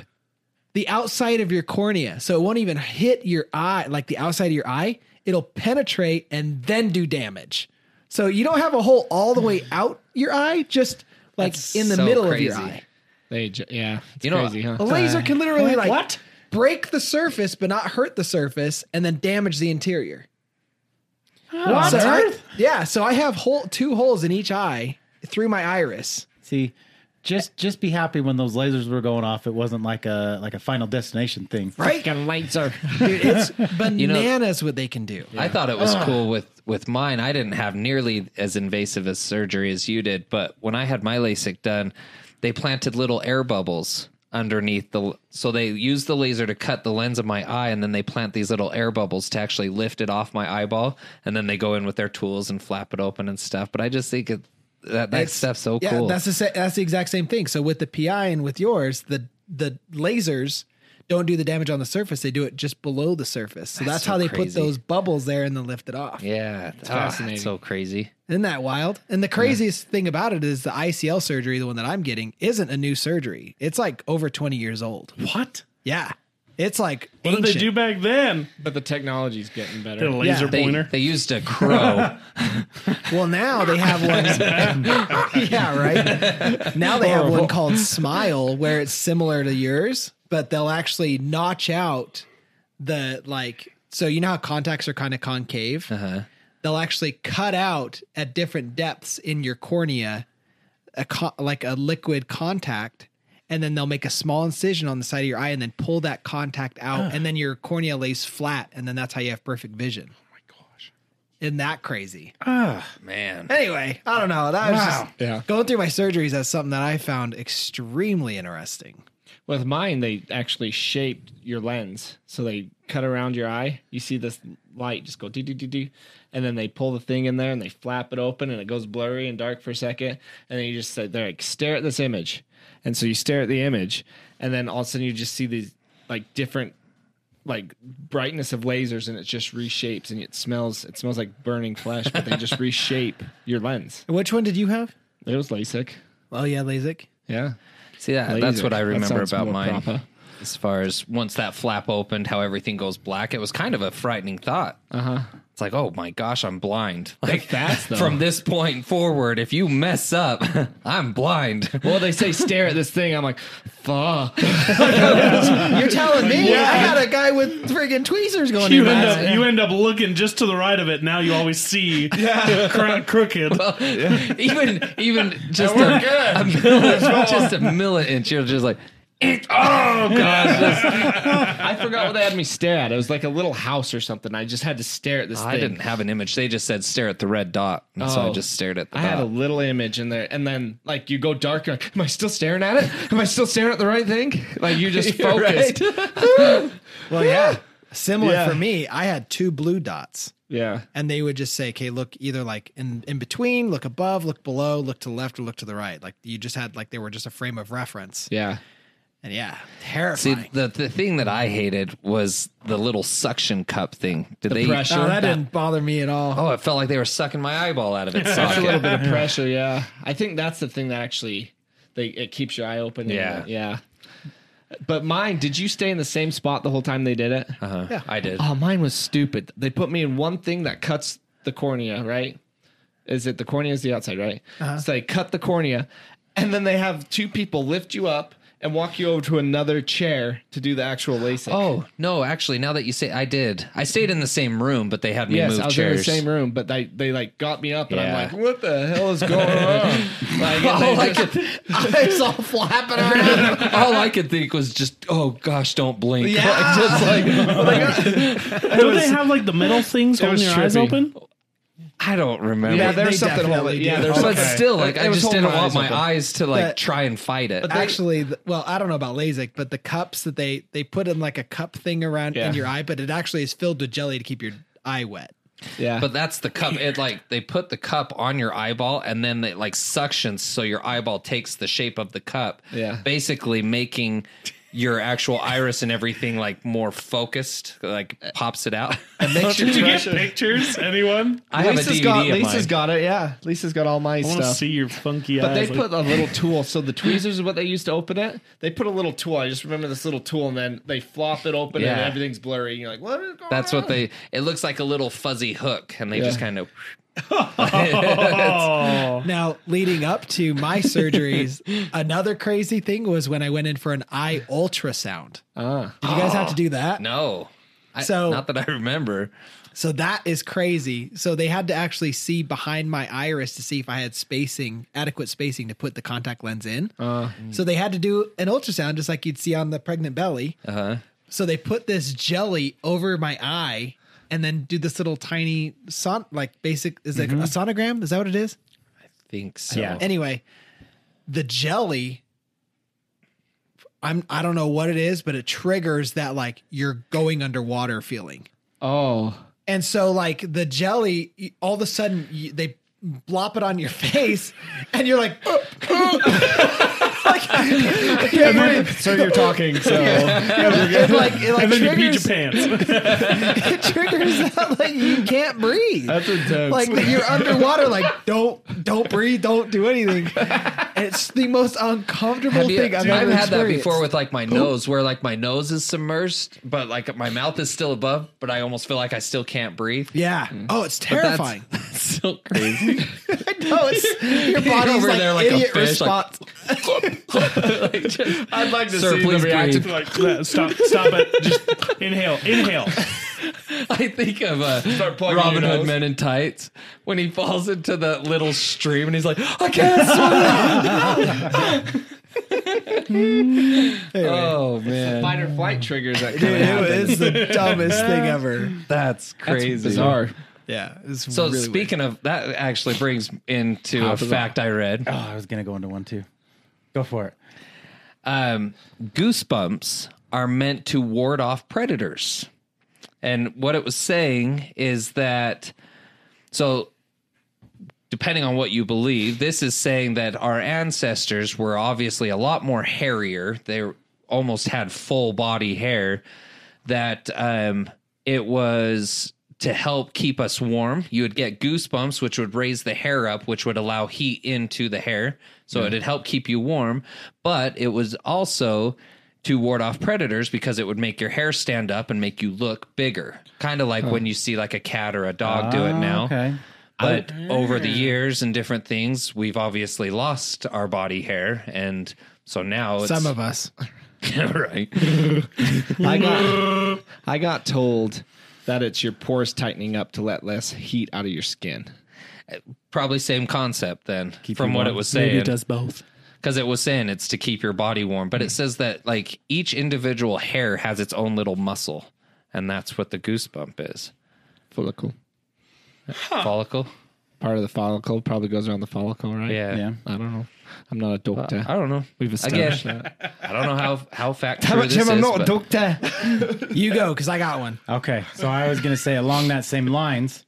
S2: the outside of your cornea so it won't even hit your eye like the outside of your eye it'll penetrate and then do damage so you don't have a hole all the way out your eye just like in the
S1: so
S2: middle of
S1: crazy.
S2: your eye
S4: They, ju- yeah, it's
S1: You know,
S4: crazy, huh?
S2: a laser can literally like
S5: what?
S2: break the surface but not hurt the surface and then damage the interior
S5: What
S2: so
S5: on
S2: I-
S5: earth?
S2: yeah so i have hole, two holes in each eye through my iris
S5: See, just just be happy when those lasers were going off. It wasn't like a like a final destination thing.
S2: right
S4: Got a laser.
S2: dude it's
S1: know- Oh,
S2: bananas what they can do
S1: I thought it was cool with with mine. I didn't have nearly as invasive a surgery as you did, but when I had my LASIK done, they planted little air bubbles underneath the so they use the laser to cut the lens of my eye and then they plant these little air bubbles to actually lift it off my eyeball and then they go in with their tools and flap it open and stuff but i just think it, that that
S2: It's-
S1: stuff's so
S2: yeah,
S1: cool
S2: That's the sa- that's the exact same thing. So with the PI and with yours, the the lasers don't do the damage on the surface; they do it just below the surface. So that's,
S1: so
S2: how they put
S1: crazy.
S2: those bubbles there and then lift it off.
S1: yeah it's
S4: fascinating.
S1: so crazy
S2: Isn't that wild? And the craziest thing about it is the ICL surgery, the one that I'm getting, isn't a new surgery. It's like over 20 years old.
S3: What?
S2: Yeah, it's like
S3: What did they
S2: ancient.
S3: do back then?
S4: but the technology's getting
S3: They had a
S4: better.
S3: laser
S1: they,
S3: pointer.
S1: they used a crow
S2: Well, now they have one. yeah, right. Now they have one called Smile, where it's similar to yours, but they'll actually notch out the like. So you know how contacts are kind of concave. Uh-huh. They'll actually cut out at different depths in your cornea, a co- like a liquid contact, and then they'll make a small incision on the side of your eye, and then pull that contact out, and then your cornea lays flat, and then that's how you have perfect vision. Oh my gosh! Ah, Isn't that crazy?
S1: man
S2: Anyway, I don't know. That was just
S4: Yeah.
S2: going through my surgeries. That's something that I found extremely interesting.
S4: With mine, they actually shaped your lens, so they cut around your eye. You see this light just go do do do do, and then they pull the thing in there and they flap it open, and it goes blurry and dark for a second, and then you just sit there like stare at this image, and so you stare at the image, and then all of a sudden you just see these like different like brightness of lasers and it just reshapes and it smells it smells like burning flesh but they just reshape your lens
S2: Which one did you have?
S4: it was lasik
S2: Oh yeah, LASIK.
S4: yeah
S1: See that?
S4: Laser.
S1: That's what I
S4: That
S1: remember
S4: sounds
S1: about
S4: more
S1: mine.
S4: proper.
S1: As far as once that flap opened, how everything goes black, it was kind of a frightening thought. Uh
S4: Uh-huh.
S1: huh. It's like, oh my gosh, I'm blind. Like
S4: fast, though.
S1: From this point forward, if you mess up, I'm blind.
S4: well they say stare at this thing i'm like fuck
S2: You're telling me I got a guy with friggin' tweezers going
S3: you
S2: in.
S3: end
S2: my
S3: up
S2: eye.
S3: you end up looking just to the right of it. Now you always see cro- crooked.
S1: even even just a, a milli, just a milli You're just like, "Eek, oh gosh,
S4: I forgot what they had me stare at. It was like a little house or something. I just had to stare at this
S1: I
S4: thing.
S1: didn't have an image. They just said stare at the red dot, and so I
S4: Oh.
S1: just stared at the
S4: I
S1: dot.
S4: had a little image in there, and then like you go dark. You're like, Am I still staring at it? Am I still staring at the right thing? Like you just focused.
S2: well, yeah. Similar
S4: Yeah.
S2: for me, I had two blue dots,
S4: Yeah,
S2: and they would just say, "Okay, look either like in in between, look above, look below, look to the left, or look to the right." Like you just had like they were just a frame of reference,
S4: yeah.
S2: and yeah,
S1: See,
S2: terrifying.
S1: the, the thing that I hated was the little suction cup thing. Did they?
S4: pressure.
S2: oh, that,
S4: that-
S2: didn't bother me at all.
S1: Oh, it felt like they were sucking my eyeball out of its
S4: That's a little
S1: socket.
S4: bit of pressure. Yeah, I think that's the thing that actually they it keeps your eye open. and,
S1: Yeah.
S4: yeah. But mine, did you stay in the same spot the whole time they did it?
S1: Uh-huh. I did.
S4: Oh, mine was stupid. They put me in one thing that cuts the cornea, right? Is it the cornea is the outside, right?
S3: Uh-huh.
S4: So they cut the cornea, and then they have two people lift you up and walk you over to another chair to do the actual LASIK.
S1: Oh no! Actually, now that you say, I did. I stayed in the same room, but they had me
S4: yes,
S1: move
S4: I was
S1: chairs.
S4: in the same room, but they they like got me up, and
S1: Yeah.
S4: I'm like, what the hell is going on? Oh, like, and they just-
S2: Eyes all flapping around.
S1: All I could think was just, oh gosh, don't blink.
S4: yeah, just like
S3: Don't they have like the metal things holding
S4: was
S3: your eyes
S4: trippy.
S3: open?
S1: I don't remember.
S4: Yeah,
S2: they
S4: there's something
S2: definitely
S4: holding. Yeah,
S2: do.
S4: there's
S1: but
S4: something.
S1: still, like
S4: It
S1: I
S4: was
S1: just
S4: holding
S1: didn't
S4: my
S1: want
S4: eyes
S1: my
S4: open.
S1: eyes to like
S2: But-
S1: try and fight it.
S2: Actually, th- well, I don't know about LASIK, but the cups that they they put in like a cup thing around
S4: Yeah.
S2: in your eye, but it actually is filled with jelly to keep your eye wet.
S4: Yeah,
S1: But that's the cup. It like they put the cup on your eyeball and then they like suctions so your eyeball takes the shape of the cup.
S4: Yeah.
S1: Basically making your actual iris and everything like more focused, like pops it out.
S3: Did you get pictures? Anyone?
S1: I have a
S4: Lisa's
S1: DVD
S4: got
S1: of
S4: Lisa's
S1: mine.
S4: got it. Yeah, Lisa's got all my
S3: I want to
S4: stuff.
S3: see your funky
S4: But they
S3: eyes.
S4: put a little tool. So the tweezers is what they used to open it. They put a little tool. I just remember this little tool, and then they flop it open, and
S1: Yeah.
S4: everything's blurry. And you're like, what is going
S1: That's
S4: on?
S1: what they. It looks like a little fuzzy hook, and they
S4: Yeah.
S1: just kind of.
S3: oh,
S2: Now, leading up to my surgeries, another crazy thing was when I went in for an eye ultrasound.
S4: Ah.
S2: Did you guys have to do that?
S1: No. I,
S2: So-
S1: not that I remember.
S2: So that is crazy. So they had to actually see behind my iris to see if I had spacing, adequate spacing to put the contact lens in.
S1: Uh.
S2: so they had to do an ultrasound just like you'd see on the pregnant belly.
S1: Uh-huh.
S2: So they put this jelly over my eye and then do this little tiny son like basic is it
S1: Mm-hmm.
S2: a sonogram? Is that what it is?
S1: Think so.
S5: Yeah.
S2: Anyway, the jelly I'm I don't know what it is, but it triggers that like you're going underwater feeling.
S4: Oh.
S2: And so, like the jelly, y- all of a sudden you, they blop it on your face, and you're like, "Oh, oh." like, you're like,
S4: So you're talking. So
S2: it like, it like
S3: and then you beat
S2: triggers,
S3: your pants.
S2: it triggers that like you can't breathe.
S4: that's intense.
S2: like that you're underwater, like don't don't breathe, don't do anything. And it's the most uncomfortable
S1: Have you-
S2: thing I've
S1: I've
S2: ever
S1: had that
S2: experienced.
S1: before with like my nose, where like my nose is submerged, but like my mouth is still above, but I almost feel like I still can't breathe.
S2: Yeah.
S1: Mm-hmm.
S2: Oh, it's terrifying.
S1: so crazy.
S2: No, it's your body's
S1: over
S2: like,
S1: there like a
S2: idiot
S1: fish, like-
S2: response.
S4: I'd like to
S1: Sir,
S4: see
S1: please
S4: the reaction.
S1: breathe.
S3: like, no, stop, stop it. Just inhale, inhale.
S1: I think of uh,
S4: plugging
S1: Robin
S4: your
S1: Hood
S4: nose.
S1: Men in Tights when he falls into the little stream and he's like, I can't swim. oh man,
S4: Fight or flight triggers that
S2: Dude,
S4: kind of
S2: it was the dumbest thing ever.
S1: that's crazy.
S4: bizarre.
S2: Yeah. It's
S1: So
S2: really weird.
S1: speaking of that, actually brings into a fact I read.
S5: Oh, I was gonna go into one too. Go for it.
S1: um, goosebumps are meant to ward off predators. And what it was saying is that, so depending on what you believe, this is saying that our ancestors were obviously a lot more hairier. They almost had full body hair. That um, it was to help keep us warm. You would get goosebumps, which would raise the hair up, which would allow heat into the hair. So it'd help keep you warm. But it was also to ward off predators because it would make your hair stand up and make you look bigger. Kind of like when you see like a cat or a dog do it
S5: Ah,
S1: now.
S5: Okay.
S1: But over the years and different things, we've obviously lost our body hair, and so now it's
S2: some of us.
S1: right.
S4: I got I got told that it's your pores tightening up to let less heat out of your skin.
S1: Probably same concept then, from
S5: you
S1: what
S5: warm.
S1: it was
S3: Maybe
S1: saying,
S3: it does both.
S1: because it was saying it's to keep your body warm. But it says that like each individual hair has its own little muscle, and that's what the goosebump is.
S4: Follicle.
S1: Follicle,
S4: Part of the follicle probably goes around the follicle, right?
S1: yeah.
S5: Yeah.
S4: I don't know. I'm not a doctor.
S1: I don't know.
S4: We've
S1: Again,
S4: established that.
S1: I don't know how how fact true this is. but-
S4: doctor.
S2: You go, because I got one.
S5: Okay. So I was going to say along that same lines,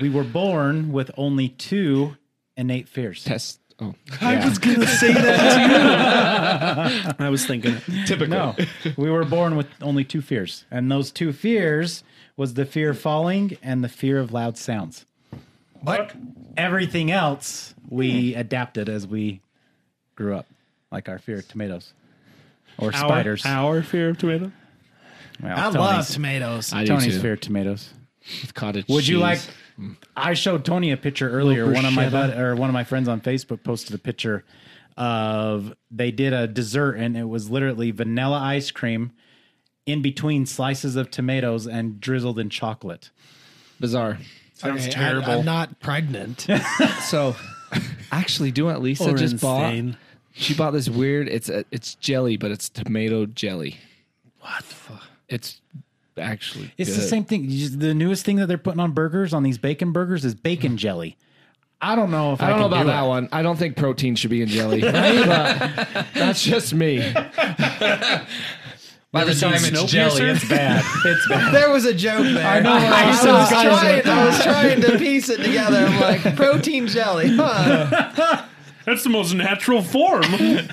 S5: we were born with only two innate fears.
S4: Test. Oh,
S5: Yeah.
S3: gonna say that too. I was thinking.
S4: typical.
S5: No, we were born with only two fears, and those two fears was the fear of falling and the fear of loud sounds.
S2: What?
S5: Everything else
S3: Hmm.
S5: we adapted as we grew up, like our fear of tomatoes or
S3: Our,
S5: spiders.
S3: Our fear of tomato.
S5: Well,
S2: I love
S5: Tony's,
S2: tomatoes.
S4: I do
S5: Tony's
S4: too.
S5: fear of tomatoes.
S4: With cottage.
S5: Would you
S4: cheese.
S5: like? I showed Tony a picture earlier. One of my
S4: bruschetta.
S5: bud, or one of my friends on Facebook posted a picture of they did a dessert and it was literally vanilla ice cream in between slices of tomatoes and drizzled in chocolate.
S4: bizarre?
S3: Sounds
S2: Okay, I-
S3: terrible.
S2: I'm not pregnant.
S4: So, actually, do you know what Lisa
S3: Or
S4: just
S3: insane.
S4: bought? She bought this uh, weird. It's a, it's jelly, but it's tomato jelly. What? It's
S1: actually.
S5: It's the
S1: good.
S5: same thing. You just- the newest thing that they're putting on burgers on these bacon burgers is bacon jelly. I don't know if I,
S4: I don't know
S5: can
S4: about
S5: do
S4: that
S5: it.
S4: one. I don't think protein should be in jelly. But that's just me.
S1: By the time it's jelly, it's bad. it's bad.
S2: There was a joke there. I know.
S5: I
S2: I,
S5: saw
S2: was,
S5: guys
S2: trying,
S5: with
S2: I was trying to piece it together. I'm like, protein jelly. Huh.
S3: That's the most natural form.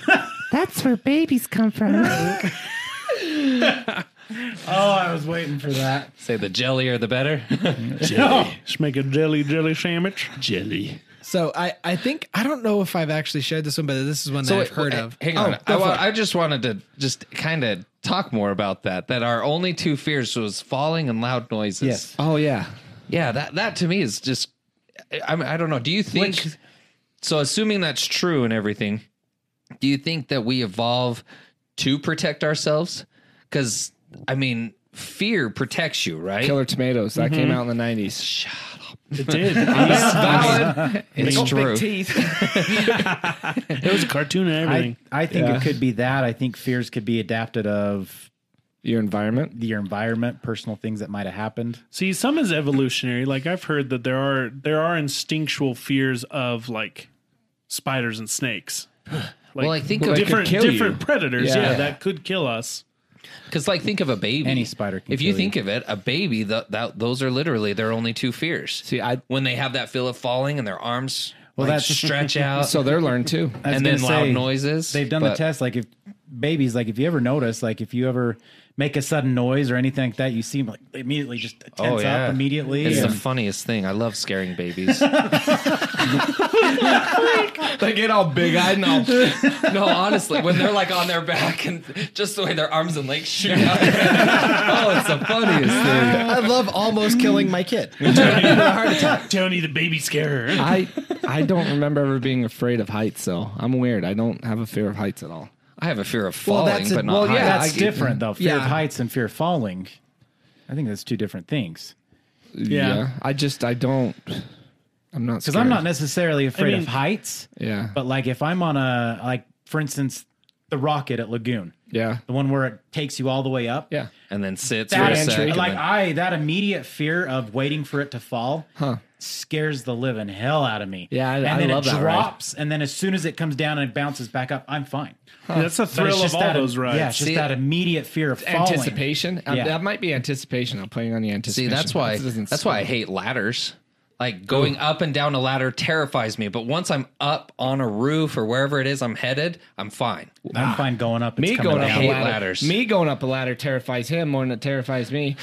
S6: That's where babies come from.
S5: Oh, I was waiting for that.
S1: Say the jellier the better.
S3: Just make a jelly jelly sandwich. Jelly.
S2: So I, I think, I don't know if I've actually shared this one, but this is one that I've
S1: wait,
S2: heard
S1: wait,
S2: of.
S1: Hang
S2: Oh,
S1: on. I,
S2: go
S1: wa-
S2: for it.
S1: I just wanted to just kind of talk more about that. That our only two fears was falling and loud noises.
S5: Yes.
S4: Oh yeah.
S1: Yeah, that that to me is just I- I, mean, I don't know. Do you think so assuming that's true and everything, do you think that we evolve to protect ourselves? Cuz I mean, fear protects you, right?
S4: Killer Tomatoes. That came
S2: Mm-hmm.
S4: out in the nineties.
S3: It did. It's
S1: it's true.
S3: It was a cartoon and everything.
S5: I, I think it could be that. I think fears could be adapted of
S4: Your environment.
S5: your environment, personal things that might have happened.
S3: See, some is evolutionary. Like I've heard that there are there are instinctual fears of like spiders and snakes. Like,
S1: Well, I think
S4: Well,
S1: of
S4: they could
S3: different
S4: kill you.
S3: different predators. Yeah.
S4: Yeah.
S3: that could kill us.
S1: Because, like, think of a baby.
S5: Any spider can
S1: If you
S5: kill you.
S1: think of it, a baby, th that, those are literally their only two fears.
S4: See, I-
S1: when they have that feel of falling and their arms well,
S5: that's-
S1: stretch out,
S4: So they're learned too.
S5: I was
S1: and then
S5: gonna
S1: loud
S5: say,
S1: noises.
S5: They've done the
S1: but-
S5: test. Like if babies, like if you ever notice, like if you ever make a sudden noise or anything like that, you see them like they immediately just tense
S1: Oh yeah!
S5: up immediately.
S1: It's the
S5: and-
S1: funniest thing. I love scaring babies.
S4: They get all big eyed and all
S1: no, honestly, when they're like on their back and just the way their arms and legs shoot out. oh, it's the funniest thing.
S2: I love almost killing my kid.
S3: Tony the baby scarer.
S4: I I don't remember ever being afraid of heights though. I'm weird. I don't have a fear of heights at all.
S1: I have a fear of
S2: Well,
S1: falling,
S2: that's a-
S1: but not
S2: well,
S1: heights.
S2: yeah,
S5: that's
S2: I-
S5: different though. Fear of
S2: yeah.
S5: heights and fear of falling. I think that's two different things.
S3: Yeah.
S4: I just I don't I'm not
S5: Because I'm not necessarily afraid
S3: mean-
S5: of heights,
S4: Yeah.
S5: but like if I'm on a like for instance, the rocket at Lagoon,
S4: yeah.
S5: the one where it takes you all the way up.
S4: Yeah.
S1: And then sits for
S5: That
S1: a
S5: is-
S1: second.
S5: like
S1: and-
S5: I that immediate fear of waiting for it to fall scares the living hell out of me.
S4: Yeah, I-
S5: and
S4: I
S5: then
S4: love
S5: it
S4: that ride.
S5: drops, and then as soon as it comes down and it bounces back up, I'm fine.
S3: That's the
S5: But it's
S3: thrill of
S5: just
S3: all
S5: that,
S3: those rides.
S5: Yeah, it's just
S1: See,
S5: that immediate fear of falling.
S4: Anticipation. Uh,
S5: Yeah.
S4: that might be anticipation. I'm playing on the
S1: See,
S4: anticipation.
S1: that's why
S4: That doesn't
S1: that's why I hate ladders. Like going up and down a ladder terrifies me, but once I'm up on a roof or wherever it is I'm headed, I'm fine.
S3: Ah.
S5: I'm fine going up. It's
S4: me
S5: coming
S4: going up
S5: down.
S4: a
S1: hate
S4: ladder.
S1: ladders.
S4: Me going up a ladder terrifies him more than it terrifies me.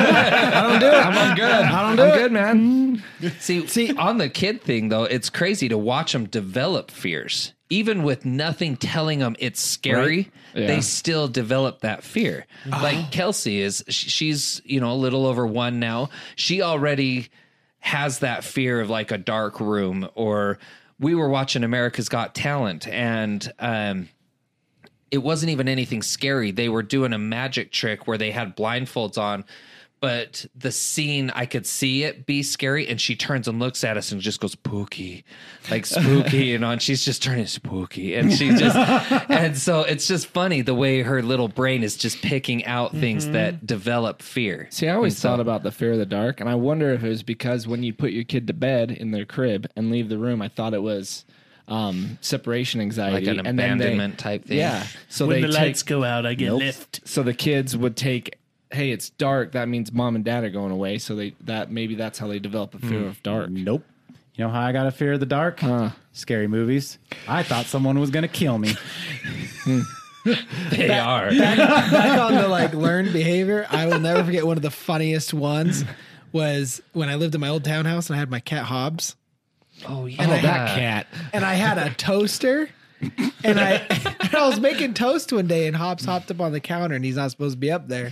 S1: I'm good.
S4: I don't do I'm good, man.
S1: See, see, on the kid thing though, it's crazy to watch them develop fears. Even with nothing telling them it's scary,
S4: Right? Yeah.
S1: they still develop that fear. Like Kelsey is, sh- she's you know a little over one now. She already has that fear of like a dark room. Or we were watching America's Got Talent, and um, it wasn't even anything scary. They were doing a magic trick where they had blindfolds on, but the scene I could see it be scary, and she turns and looks at us and just goes spooky, like spooky, and on she's just turning spooky, and she just, and so it's just funny the way her little brain is just picking out things that develop fear.
S4: See, I always thought about the fear of the dark, and I wonder if it was because when you put your kid to bed in their crib and leave the room, I thought it was um, separation anxiety,
S1: Like an
S4: and then they-
S1: abandonment type thing.
S4: Yeah, so
S3: when
S4: they
S3: the
S4: take,
S3: lights go out, I get lift.
S4: so the kids would take, hey, it's dark. That means mom and dad are going away. So they that maybe that's how they develop a fear
S1: Hmm.
S4: of dark.
S5: Nope. You know how I got a fear of the dark? Scary movies. I thought someone was going to kill me.
S1: They are.
S2: back on the like learned behavior, I will never forget one of the funniest ones was when I lived in my old townhouse and I had my cat Hobbs.
S1: oh yeah,
S2: I- that And I had a toaster. And I and I was making toast one day and Hobbs hopped up on the counter and he's not supposed to be up there.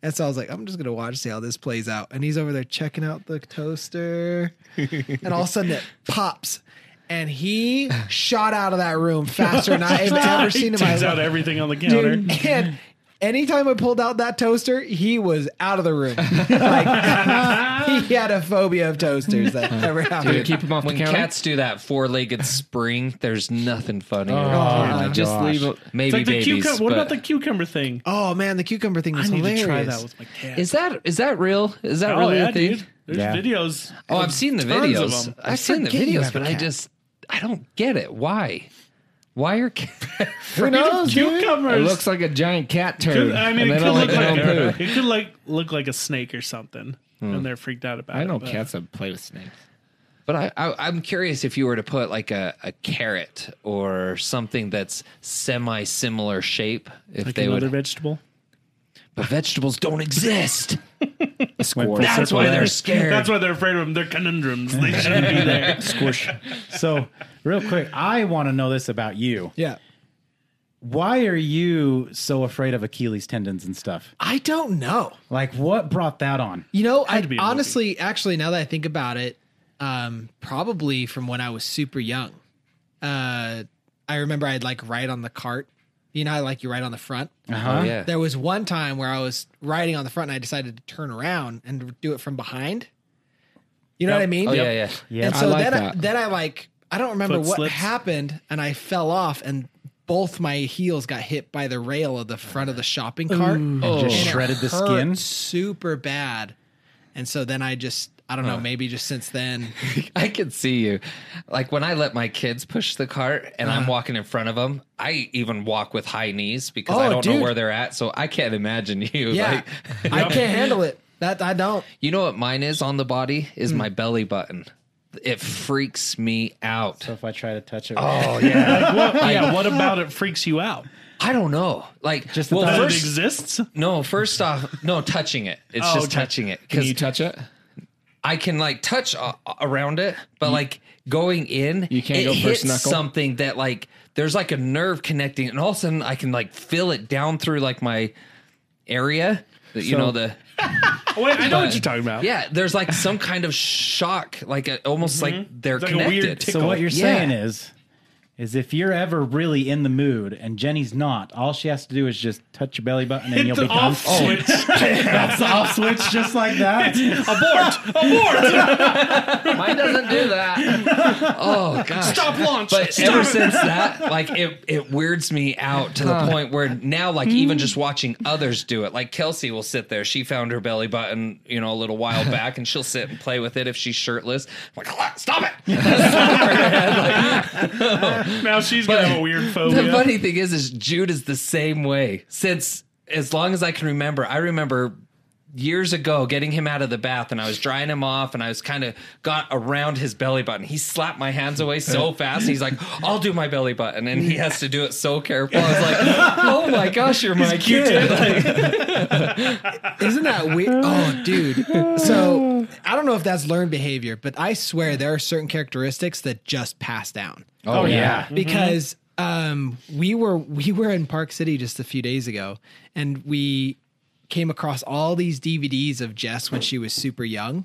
S2: And so I was like, I'm just gonna watch, see how this plays out. And he's over there checking out the toaster. And all of a sudden it pops. And he shot out of that room faster than I have ever seen in my
S3: Takes out
S2: life.
S3: everything on the counter.
S2: Dude, and anytime I pulled out that toaster, he was out of the room. like, he had a phobia of toasters that ever happened.
S4: keep them off
S1: When
S4: the counter.
S1: cats do that four-legged spring, there's nothing funnier.
S4: I just leave it.
S3: It's
S1: Oh, Maybe
S3: like the
S1: babies.
S3: cucumber. What
S1: but-
S3: about the cucumber thing?
S2: Oh man, the cucumber thing
S3: I
S2: was
S3: need
S2: hilarious.
S3: to try that with my cat.
S1: Is that is that real? Is that
S3: oh
S1: really
S3: yeah,
S1: a thing?
S3: dude. There's
S5: Yeah.
S3: videos.
S1: Oh, I've seen the
S3: Tons of
S1: videos.
S3: them.
S1: I've
S2: I
S1: seen the
S2: forget you
S1: videos,
S2: have a
S1: but I
S2: cat.
S1: just I don't get it. Why? Why are cats?
S4: Who knows, dude?
S3: cucumbers.
S4: It looks like a giant cat turd.
S3: Could- I mean,
S4: and
S3: it
S4: they
S3: could,
S4: don't
S3: look
S4: like
S3: like
S4: their own
S3: a,
S4: poo.
S3: it could like look like a snake or something, and they're freaked out about
S4: I
S3: it.
S4: know
S3: but-
S4: cats that play with snakes.
S1: But I, I, I'm curious if you were to put like a, a carrot or something that's semi similar shape, if
S3: Like
S1: they
S3: another
S1: would.
S3: vegetable.
S1: but vegetables don't exist.
S5: Went full
S1: That's
S2: "Oh,
S5: circle
S1: why
S5: there.
S1: they're scared.
S3: That's why they're afraid of them. They're conundrums. They shouldn't be there.
S5: squish. So, real quick, I want to know this about you.
S2: Yeah.
S5: Why are you so afraid of Achilles tendons and stuff?
S2: I don't know.
S5: Like, what brought that on?
S2: You know, I
S3: to be a movie.
S2: honestly, actually, now that I think about it, um, probably from when I was super young. Uh, I remember I'd like ride on the cart. You know how like you ride on the front.
S3: Uh-huh.
S1: Oh, yeah.
S2: There was one time where I was riding on the front and I decided to turn around and do it from behind. You know what I mean?
S1: Oh, yeah, yeah.
S2: And
S4: I
S2: so
S4: like
S2: then, I,
S4: that.
S2: then I like I don't remember
S3: Foot
S2: what
S3: slips.
S2: happened, and I fell off, and both my heels got hit by the rail of the front of the shopping cart. Oh,
S5: just shredded the skin?
S2: super bad. And so then I just I don't know, maybe just since then.
S1: I can see you. Like when I let my kids push the cart and
S5: Uh-huh.
S1: I'm walking in front of them, I even walk with high knees because I
S2: Oh,
S1: don't know
S2: dude.
S1: where they're at. So I can't imagine you.
S2: Yeah,
S1: Like,
S2: I can't handle it. That I don't.
S1: you know what mine is on the body
S5: Hmm.
S1: is my belly button. It freaks me out.
S5: So if I try to touch it,
S1: oh yeah.
S3: yeah, what about it freaks you out?
S1: I don't know. Like
S5: Just
S1: just
S5: the
S1: well,
S5: thought
S3: That
S5: of
S3: it
S1: first Oh,
S3: exists.
S1: no, first off, no touching it. It's
S3: Oh,
S1: just
S3: okay.
S1: touching it
S4: Can
S1: because
S4: you touch it?
S1: I can like touch a- around it, but like going in,
S4: You can't
S1: it
S4: go first
S1: hits
S4: knuckle?
S1: Something that like there's like a nerve connecting, and all of a sudden I can like feel it down through like my area. That you
S5: So-
S1: know the
S3: Wait, I know what
S1: but-
S3: you're talking about.
S1: Yeah, there's like some kind of shock, like a, almost like they're
S3: Mm-hmm. It's like a weird
S1: connected.
S3: tickle.
S5: so what you're
S1: Yeah.
S5: saying is, is if you're ever really in the mood and Jenny's not, all she has to do is just touch your belly button and
S3: Hit
S5: you'll
S3: the
S5: be become
S3: off switch.
S5: That's the off switch, just like that.
S3: abort! Abort!
S1: Mine doesn't do that. Oh gosh.
S3: Stop launch!
S1: But
S3: Stop
S1: ever
S3: it.
S1: since that, like it, it weirds me out to the point where now, like even just watching others do it, like Kelsey will sit there. She found her belly button, you know, a little while back, and she'll sit and play with it if she's shirtless. I'm like, "Ah, stop it!
S3: Now she's gonna
S1: But-
S3: have a weird
S1: the
S3: phobia.
S1: funny thing is, is Jude is the same way since as long as I can remember. I remember years ago getting him out of the bath and I was drying him off and I was kind of got around his belly button. He slapped my hands away so fast. He's like, I'll do my belly button. And he has to do it so careful. I was like, oh my gosh, you're my kid.
S2: Isn't that weird? Oh, dude. So I don't know if that's learned behavior, but I swear there are certain characteristics that just pass down.
S5: Oh, yeah.
S2: because um, we were we were in Park City just a few days ago, and we came across all these DVDs of Jess when she was super young,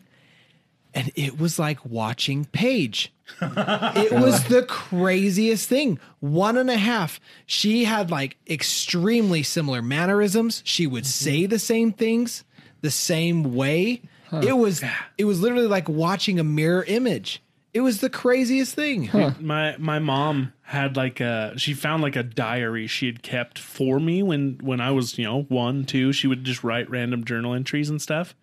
S2: and it was like watching Paige. It was the craziest thing. One and a half. She had like extremely similar mannerisms. She would say the same things the same way. It was it was literally like watching a mirror image. It was the craziest thing.
S3: my my mom had like a she found like a diary she had kept for me when when I was you know one two she would just write random journal entries and stuff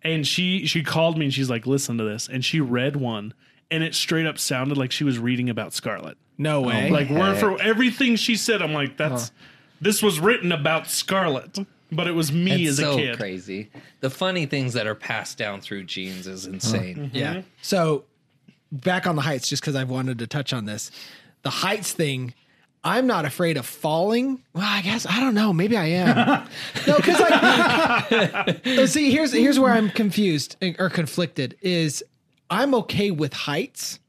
S3: and she she called me and she's like listen to this and she read one and it straight up sounded like she was reading about Scarlet
S2: No way.
S3: like word for everything she said I'm like that's this was written about Scarlet but it was me
S1: It's
S3: as
S1: so
S3: a kid
S1: crazy. The funny things that are passed down through genes is insane.
S3: Mm-hmm.
S2: Yeah. So back on the heights, just because I've wanted to touch on this, the heights thing. I'm not afraid of falling. Well, I guess I don't know. Maybe I am. no, because like, Oh, see, here's here's where I'm confused eh, or conflicted. Is I'm okay with heights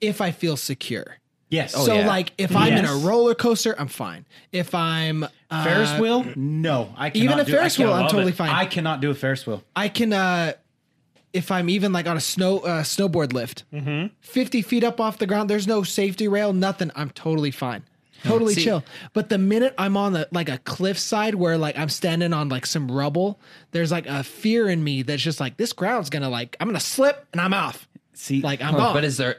S2: if I feel secure.
S5: Yes.
S2: so
S1: yeah.
S2: like, if I'm in a
S3: Yes.
S2: roller coaster, I'm fine. If I'm uh,
S5: Ferris wheel? No, I cannot
S2: even a
S5: do, I
S2: Ferris wheel,
S5: cannot-
S2: I'm
S3: love
S2: totally
S3: it.
S2: fine.
S5: I cannot do a Ferris wheel.
S2: I can uh if I'm even like on a snow uh,
S1: Mm-hmm.
S2: snowboard lift, 50 feet up off the ground, there's no safety rail, nothing. I'm totally fine. totally
S1: See-
S2: chill. But the minute I'm on the like a cliffside where like I'm standing on like some rubble, there's like a fear in me that's just like this ground's gonna like I'm gonna slip and I'm off.
S5: See,
S2: Like I'm
S1: Oh,
S2: gone.
S1: but is there?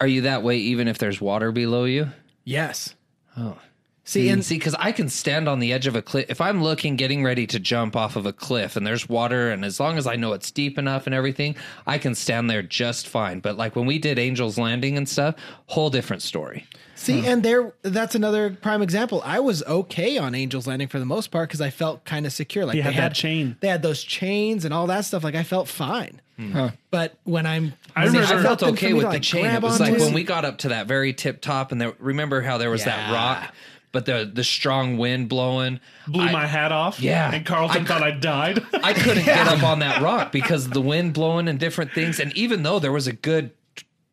S1: Are you that way even if there's water below you?
S2: yes.
S1: Oh.
S2: See,
S1: And
S2: and
S1: see, because I can stand on the edge of a cliff. If I'm looking, getting ready to jump off of a cliff, and there's water, and as long as I know it's deep enough and everything, I can stand there just fine. But like when we did Angel's Landing and stuff, whole different story.
S2: see,
S3: Hmm.
S2: and there that's another prime example. I was okay on Angel's Landing for the most part because I felt kind of secure. Like
S3: You
S2: they
S3: had that chain.
S2: They had those chains and all that stuff. Like I felt fine. But when I'm,
S3: I remember-
S1: I felt
S2: nothing Hmm. for
S1: okay
S2: me to,
S1: with the
S2: like,
S1: chain. It
S2: grab
S1: was like
S2: onto.
S1: when we got up to that very tip top, and there, remember how there was that
S2: Yeah.
S1: rock, but the the strong wind blowing
S3: Blew
S1: I-
S3: my hat off.
S1: Yeah.
S3: And Carlton
S1: I-
S3: thought I died.
S1: I couldn't get up on that rock because of the wind blowing and different things. And even though there was a good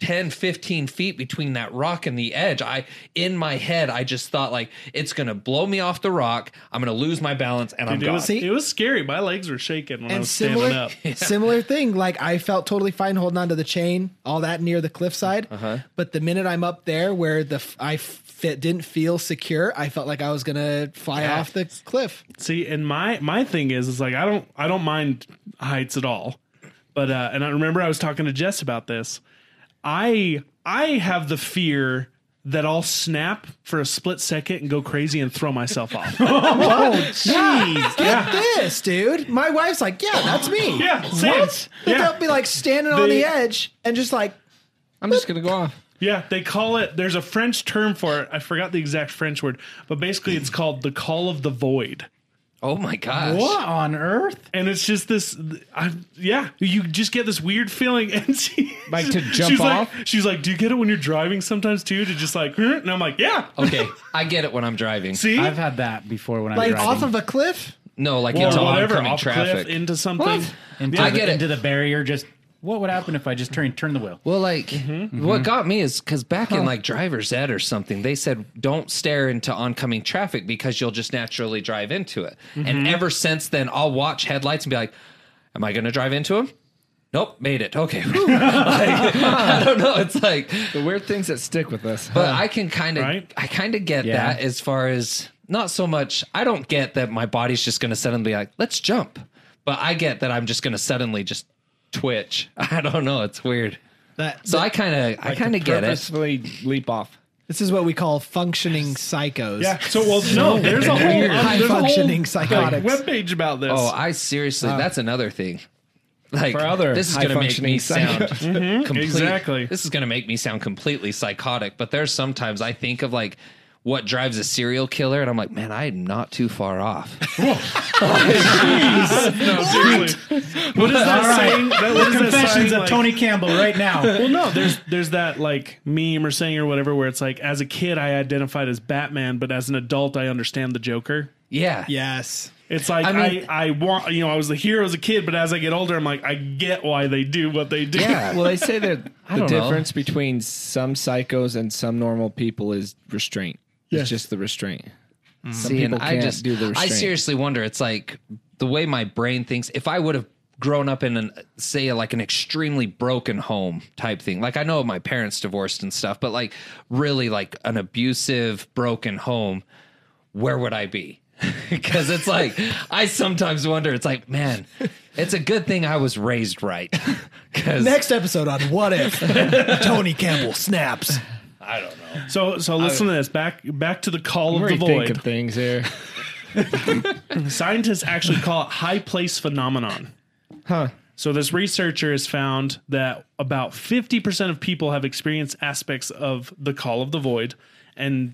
S1: 10, 15 feet between that rock and the edge, I, in my head, I just thought like, it's going to blow me off the rock. I'm going to lose my balance and I'm
S3: Dude, it,
S1: gone.
S3: was, it was scary. My legs were shaking when I
S2: and
S3: was standing
S2: similar
S3: up.
S2: similar thing like i felt totally fine holding onto the chain all that near the cliffside but the minute i'm up there where the f- i fit, didn't feel secure i felt like i was gonna fly off the cliff
S3: See, and my my thing is is like I don't I don't mind heights at all. But uh and I remember I was talking to Jess about this. I I have the fear that I'll snap for a split second and go crazy and throw myself off.
S2: Get this dude my wife's like yeah that's me
S3: yeah, same.
S2: But
S3: Yeah.
S2: they'll be like standing on
S3: They-
S2: the edge and just like
S4: I'm just gonna go off.
S3: yeah, they call it there's a French term for it. I forgot the exact French word, but basically it's called the call of the void.
S1: oh my gosh.
S5: what on earth?
S3: And it's just this, I, yeah, you just get this weird feeling. And she,
S4: Like to jump
S3: she's
S4: off?
S3: Like, she's like, Do you get it when you're driving sometimes too? To just like, "Huh?" and I'm like, Yeah,
S4: Oh,
S1: Okay. I get it when I'm driving.
S3: see,
S5: I've had that before when I'm
S2: like
S5: driving.
S2: off of a cliff
S1: No, like
S3: or
S1: into
S3: whatever,
S1: oncoming
S3: off
S1: traffic.
S3: cliff into something.
S5: into,
S1: I
S5: the,
S1: get it.
S5: into the barrier. Just what would happen if I just turned turn the wheel?
S1: Well, like,
S4: Mm-hmm.
S1: what got me is because back in like driver's ed or something, they said don't stare into oncoming traffic because you'll just naturally drive into it.
S4: Mm-hmm.
S1: And ever since then, I'll watch headlights and be like, "Am I going to drive into him?" Nope, made it. Okay, Whew. Like, I don't know. It's like,
S4: The weird things that stick with us.
S1: but I can kind of,
S3: Right?
S1: I kind of get
S5: Yeah.
S1: that as far as not so much. I don't get that my body's just going to suddenly be like, "Let's jump," but I get that I'm just going to suddenly just twitch. I don't know. It's weird.
S2: that
S1: So I kind of, I kind of get it.
S4: Purposefully leap off.
S2: this is what we call functioning psychos
S3: Yeah. So, well, no, there's a whole,
S2: Weird.
S3: there's a whole,
S2: High-functioning
S3: like,
S2: psychotics.
S3: webpage about this.
S1: Oh, I seriously, that's another thing. Like
S4: uh, For other
S1: this is going to make me
S4: high-functioning Mm-hmm,
S1: sound complete-
S3: exactly.
S1: This is going to make me sound completely psychotic. But there's sometimes I think of like what drives a serial killer, and I'm like, man, I'm not too far off.
S3: no, seriously. What is that saying? That, what is that
S5: Confessions
S3: saying,
S5: of
S3: like-
S5: Tony Campbell right now.
S3: Well, no, there's there's that like meme or saying or whatever where it's like, as a kid, I identified as Batman, but as an adult, I understand the Joker.
S1: yeah,
S2: yes
S3: It's like I,
S1: I mean-
S3: I, want you know I was the hero as a kid, but as I get older, I'm like I get why they do what they do.
S1: yeah.
S4: Well, they say that the
S1: don't know.
S4: difference between some psychos and some normal people is restraint. It's just the restraint. Some
S1: See, and
S4: people
S1: I
S4: can't
S1: just,
S4: do the
S1: I
S4: restraint.
S1: seriously wonder. It's like the way my brain thinks. If I would have grown up in an say like an extremely broken home type thing, like I know my parents divorced and stuff, but like really like an abusive, broken home, where would I be? Because it's like I sometimes wonder. It's like man, it's a good thing I was raised right. Because
S2: next episode on what if tony campbell snaps
S1: I don't know.
S3: So so listen to this. Back back to the call
S4: I'm
S3: of the
S4: already thinking
S3: void.
S4: things here.
S3: Scientists actually call it high place phenomenon.
S4: Huh.
S3: So this researcher has found that about 50% of people have experienced aspects of the call of the void and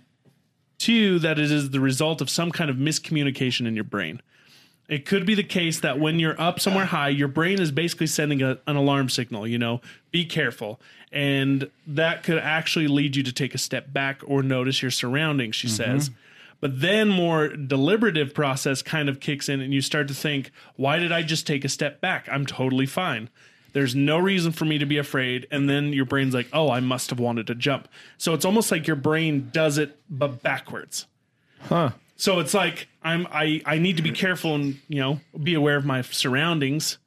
S3: two that it is the result of some kind of miscommunication in your brain. It could be the case that when you're up somewhere high, your brain is basically sending a, an alarm signal, you know, be careful. And that could actually lead you to take a step back or notice your surroundings, she says. But then more deliberative process kind of kicks in and you start to think, why did I just take a step back? I'm totally fine. There's no reason for me to be afraid. And then your brain's like, oh, I must have wanted to jump. So it's almost like your brain does it, but backwards. So it's like I'm I I need to be careful and you know be aware of my surroundings,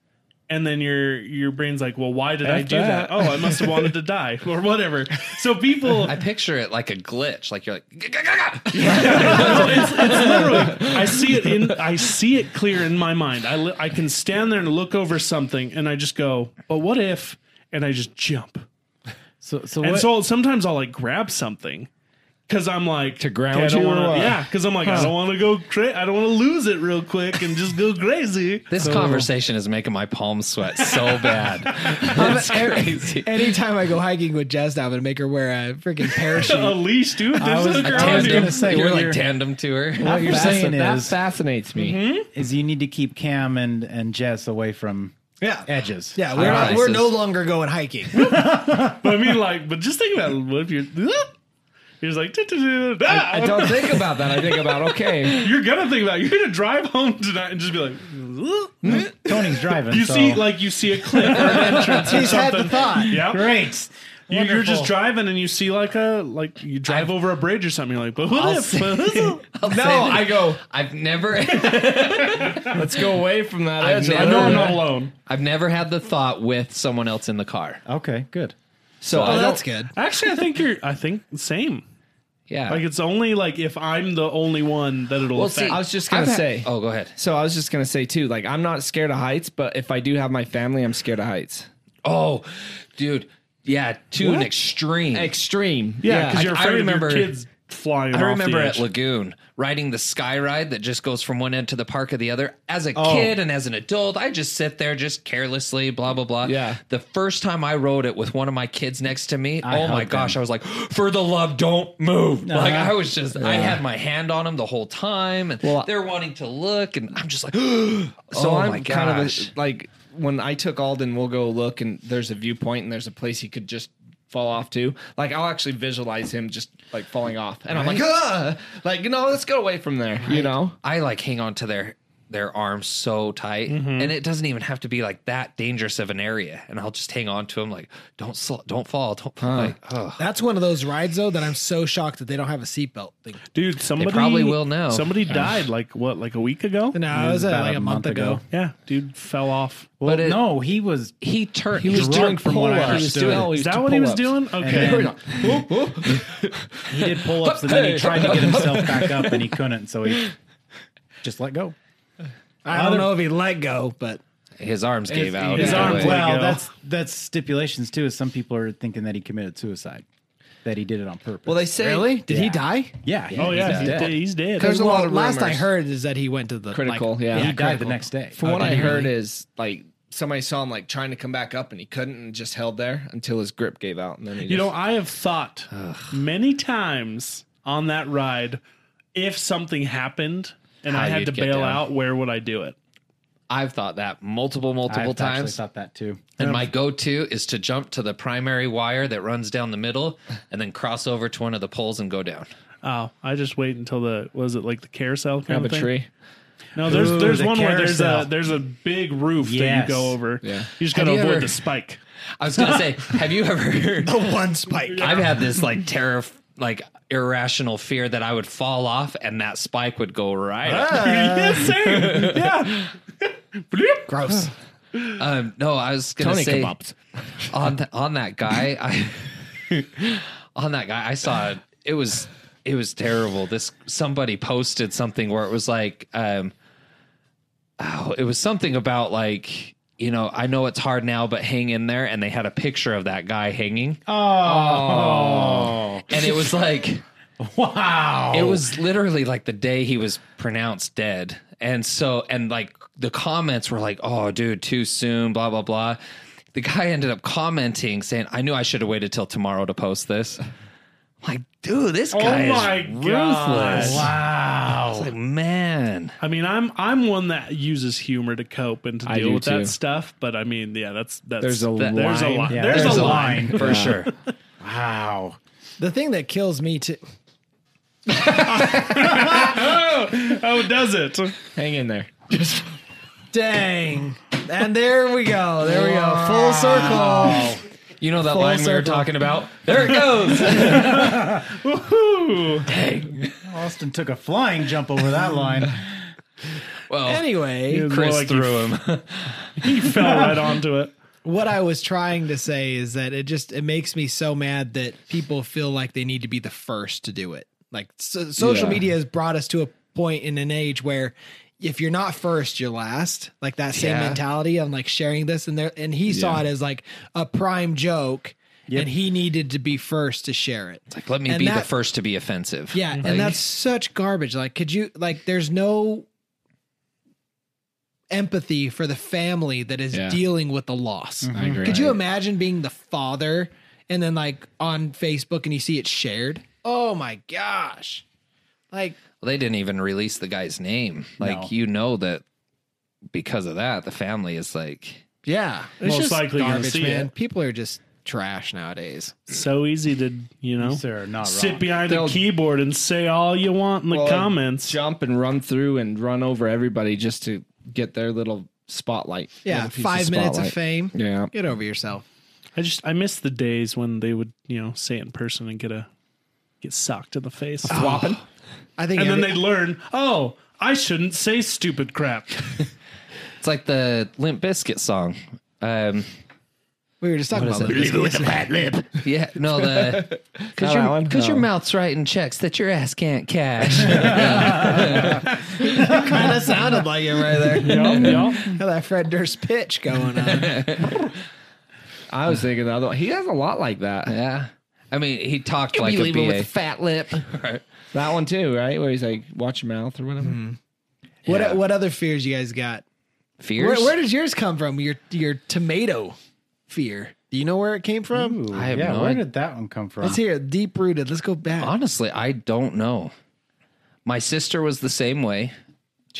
S3: and then your your brain's like, well, why did I
S5: F
S3: do that?
S5: that.
S3: Oh, I must have wanted to die or whatever. So people,
S1: I picture it like a glitch. Like you're like, "Gah, gah, gah, gah."
S3: No, it's, it's literally. I see it in. I see it clear in my mind. I li- I can stand there and look over something, and I just go, but what if? And I just jump.
S5: So, so
S3: And
S5: what?
S3: so sometimes I'll like grab something because I'm like to
S4: ground
S3: I don't
S4: you or
S3: wanna,
S4: what?
S3: yeah, because I'm like I don't want to go cra- I don't want to lose it real quick and just go crazy.
S1: This conversation is making my palms sweat so bad. It's
S4: er,
S1: crazy.
S2: Anytime I go hiking with Jess now, I'm gonna make her wear a freaking
S3: a
S2: parachute.
S3: leash, dude. This
S5: was-
S3: is a
S5: I
S3: girl,
S5: was
S3: dude.
S5: gonna say,
S1: you're
S5: what
S1: like
S5: you're-
S1: tandem to her.
S5: what you're saying
S4: that
S5: is,
S4: fascinates me.
S5: is you need to keep Cam and, and Jess away from
S2: yeah.
S5: edges.
S2: Yeah, we're,
S1: High
S2: not, we're no
S1: rises.
S2: longer going hiking.
S3: But I mean, like, but just think about it. what if you're. You're just like, "Duh, duh, duh, duh, ah."
S4: I don't think about that. I think about okay.
S3: you're gonna think about it. You're gonna drive home tonight and just be like, "Ugh."
S5: Tony's driving.
S3: you
S5: so.
S3: see, like, you see a cliff or an entrance or
S2: He's had the
S3: something.
S2: thought.
S3: Yeah.
S5: great.
S3: You, you're just
S5: Wonderful.
S3: driving and you see like a like you drive over a bridge or something. You're like, but what
S1: I'll
S3: if?
S1: say-
S3: But what if?"
S1: I'll
S4: No,
S1: say
S3: Oh,
S1: that
S4: I go.
S1: I've never,
S4: Let's go away from that.
S1: I've
S4: edge.
S1: never-
S4: I
S3: I know I'm not alone.
S1: I've never had the thought with someone else in the car.
S5: Okay, good.
S1: So I
S2: Oh,
S1: don't-
S2: that's good.
S3: Actually, I think you're. I think same.
S1: Yeah.
S3: Like it's only like if I'm the only one that it'll
S4: Well, see,
S3: affect.
S4: I was just gonna
S1: I've had-
S4: say.
S1: Oh, go ahead.
S4: So I was just gonna say too. Like I'm not scared of heights, but if I do have my family, I'm scared of heights.
S1: Oh, dude. Yeah, to an extreme.
S4: Extreme.
S3: yeah,
S1: I-
S3: because you're
S1: I
S3: afraid
S1: remember-
S3: of your kids flying.
S1: I
S3: off
S1: remember
S3: the
S1: at
S3: edge.
S1: Lagoon riding the sky ride that just goes from one end to the park of the other. As a kid and as an adult, I just sit there just carelessly, blah blah blah.
S4: Yeah.
S1: The first time I rode it with one of my kids next to me, oh my
S5: held
S1: gosh, I was like, "For the love, don't move!" Like I was just, I had my hand on him the whole time, and
S4: Well,
S1: they're wanting to look, and I'm just like, "Oh
S4: So I'm
S1: my gosh!"
S4: kind of a, like when I took Alden, we'll go look and there's a viewpoint and there's a place he could just fall off to. Like I'll actually visualize him just like falling off, and I'm like, ah, like no, let's get away from there. You know,
S1: I like hang on to their their arms so tight, and it doesn't even have to be like that dangerous of an area. And I'll just hang on to them, like don't sl- don't fall, don't like. Oh.
S2: That's one of those rides though that I'm so shocked that they don't have a seatbelt thing.
S3: dude, somebody
S1: probably will now.
S3: Somebody died like what, like a week ago?
S2: No, it was uh, like a month ago.
S3: Yeah, dude fell off.
S5: Well,
S1: it-
S5: no, he was.
S1: He turned.
S4: he was doing
S5: from what I
S4: pull-ups.
S5: understood.
S4: oh,
S3: Is that what he was doing?
S5: then-
S3: Okay.
S5: He did pull ups and then he tried to get himself back up and he couldn't, so he just let go.
S2: I don't know if he let go, but
S1: his arms gave out.
S3: his
S1: either
S3: arm
S1: way.
S3: went-
S5: Well,
S3: go.
S5: that's that's stipulations too. Is some people are thinking that he committed suicide, that he did it on purpose.
S4: Well, they say
S2: did he die?
S5: yeah. He,
S3: Oh
S5: he's
S3: yeah, he's
S5: dead.
S3: dead. He's dead.
S4: There's a
S2: Well,
S4: lot of
S2: last I
S4: rumors.
S2: heard is that he went to the like-
S4: Critical, yeah.
S5: He
S4: Yeah,
S5: died the next day.
S4: From what I heard is like somebody saw him like trying to come back up and he couldn't and just held there until his grip gave out and then he
S3: You know,
S4: just,
S3: I have thought many times on that ride if something happened and I
S1: How
S3: had
S1: you'd
S3: to
S1: get
S3: bail
S1: down.
S3: out, where would I do it?
S1: I've thought that multiple,
S5: I've
S1: multiple
S5: actually
S1: times.
S5: thought that too.
S1: And my go-to is to jump to the primary wire that runs down the middle, and then cross over to one of the poles and go down.
S3: Oh, I just wait until the was it like the carousel kind
S4: grab a
S3: of thing?
S4: tree.
S3: No, Oh, there's
S5: Ooh,
S3: there's
S5: the
S3: one where there's a
S5: carousel.
S3: there's a big roof that
S5: Yes.
S3: you go over.
S4: Yeah.
S3: You just gotta
S1: Have you
S3: avoid
S1: ever-
S3: the spike.
S1: I was gonna say, have you ever
S2: the one spike.
S1: I've had this like terror, like irrational fear that I would fall off and that spike would go right. up.
S3: yeah, same. Yeah. Bloop.
S2: Gross.
S1: Um, no, I was gonna
S4: Tony
S1: say
S4: come up.
S1: on th- on that guy, I on that guy, I saw it. It was it was terrible. This somebody posted something where it was like, um, oh, it was something about like. You know, I know it's hard now, but hang in there. And they had a picture of that guy hanging.
S5: Oh,
S1: And it was like,
S5: wow!
S1: It was literally like the day he was pronounced dead. And so, and like the comments were like, oh, dude, too soon, blah, blah, blah. The guy ended up commenting saying, I knew I should have waited till tomorrow to post this. I'm like, dude, this guy
S3: Oh my
S1: is
S3: gosh.
S1: ruthless.
S5: wow.
S1: It's like, man.
S3: I mean, I'm I'm one that uses humor to cope and to
S4: I
S3: deal
S4: do
S3: with
S4: too.
S3: that stuff. But I mean, yeah, that's that's
S4: There's a
S1: That-
S3: there's a
S4: line.
S3: line.
S5: Yeah,
S3: there's,
S5: there's
S3: a
S5: a
S3: line.
S5: line.
S1: for sure.
S5: Wow.
S2: The thing that kills me too.
S3: Oh, does it?
S4: Hang in there.
S2: Dang. And there we go. There we go. Full circle.
S1: You know that line we were
S2: circle.
S1: talking about? There it goes.
S5: Austin took a flying jump over that line.
S1: Well,
S2: Anyway,
S3: It's more
S1: Chris
S3: like
S1: threw him.
S3: He fell right onto it.
S2: what I was trying to say is that it just it makes me so mad that people feel like they need to be the first to do it. Like so, social
S4: Yeah.
S2: media has brought us to a point in an age where if you're not first, you're last. Like that same
S1: Yeah.
S2: mentality. I'm like sharing this and there, and he saw it as like a prime joke, and he needed to be first to share it.
S1: like, let me
S2: And
S1: be the
S2: that-
S1: first to be offensive.
S2: Yeah,
S1: Like,
S2: and that's such garbage. Like, could you like? There's no empathy for the family that is
S4: Yeah.
S2: dealing with the loss.
S3: Mm-hmm.
S4: agree.
S2: Could you imagine being the father and then like on Facebook and you see it shared? Oh my gosh! Like,
S1: they didn't even release the guy's name. Like
S5: No.
S1: you know that because of that, the family is like,
S2: yeah, it's
S3: Most
S2: just
S3: likely gonna
S2: garbage,
S3: see
S2: man.
S3: it.
S2: People are just trash nowadays.
S3: So easy to, you know,
S5: These are not
S3: sit
S5: wrong.
S3: behind
S4: They'll-
S3: the keyboard and say all you want in the
S4: Well,
S3: comments.
S4: Jump and run through and run over everybody just to get their little spotlight.
S2: Yeah,
S4: little piece
S2: five minutes of
S4: spotlight.
S2: fame.
S4: Yeah.
S2: Get over yourself.
S3: I just I miss the days when they would you know say it in person and get a get socked in the face,
S1: Oh,
S4: Whopping.
S2: I think.
S3: and then
S2: every-
S3: they'd learn. Oh, I shouldn't say stupid crap.
S1: it's like the Limp Biscuit song. Um,
S2: we were just talking about this.
S1: yeah, no, the because
S4: Not that
S1: your,
S4: one?
S1: 'cause your
S4: No.
S1: mouth's writing checks that your ass can't cash.
S2: kind of sounded like him right there.
S3: Yup, yup.
S2: that Fred Durst pitch going on.
S4: I was thinking the other one. He has a lot like that.
S1: yeah, I mean, he talked like a
S4: leaving
S1: BA.
S4: with a fat lip. That one too, right? Where he's like, watch your mouth or whatever.
S2: What what other fears you guys got? Where,
S1: Fierce.
S2: where does yours come from? Your your tomato fear. Do you know where it came from?
S5: Ooh,
S1: I have
S5: yeah,
S1: no
S5: where
S1: idea.
S5: did that one come from?
S2: Let's hear it. Deep rooted. Let's go back.
S1: honestly, I don't know. My sister was the same way.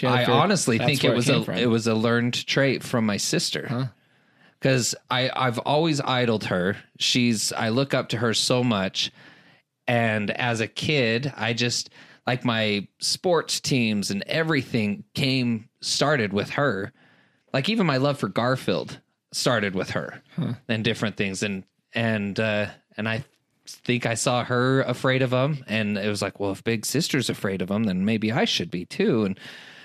S1: I honestly think it was a it was a learned trait from my sister. Because I I've always idoled her. She's I look up to her so much, and as a kid, I just like my sports teams and everything came started with her. Like even my love for Garfield started with her and different things and and uh, and I think I saw her afraid of him, and it was like, well, if Big Sister's afraid of him, then maybe I should be too, and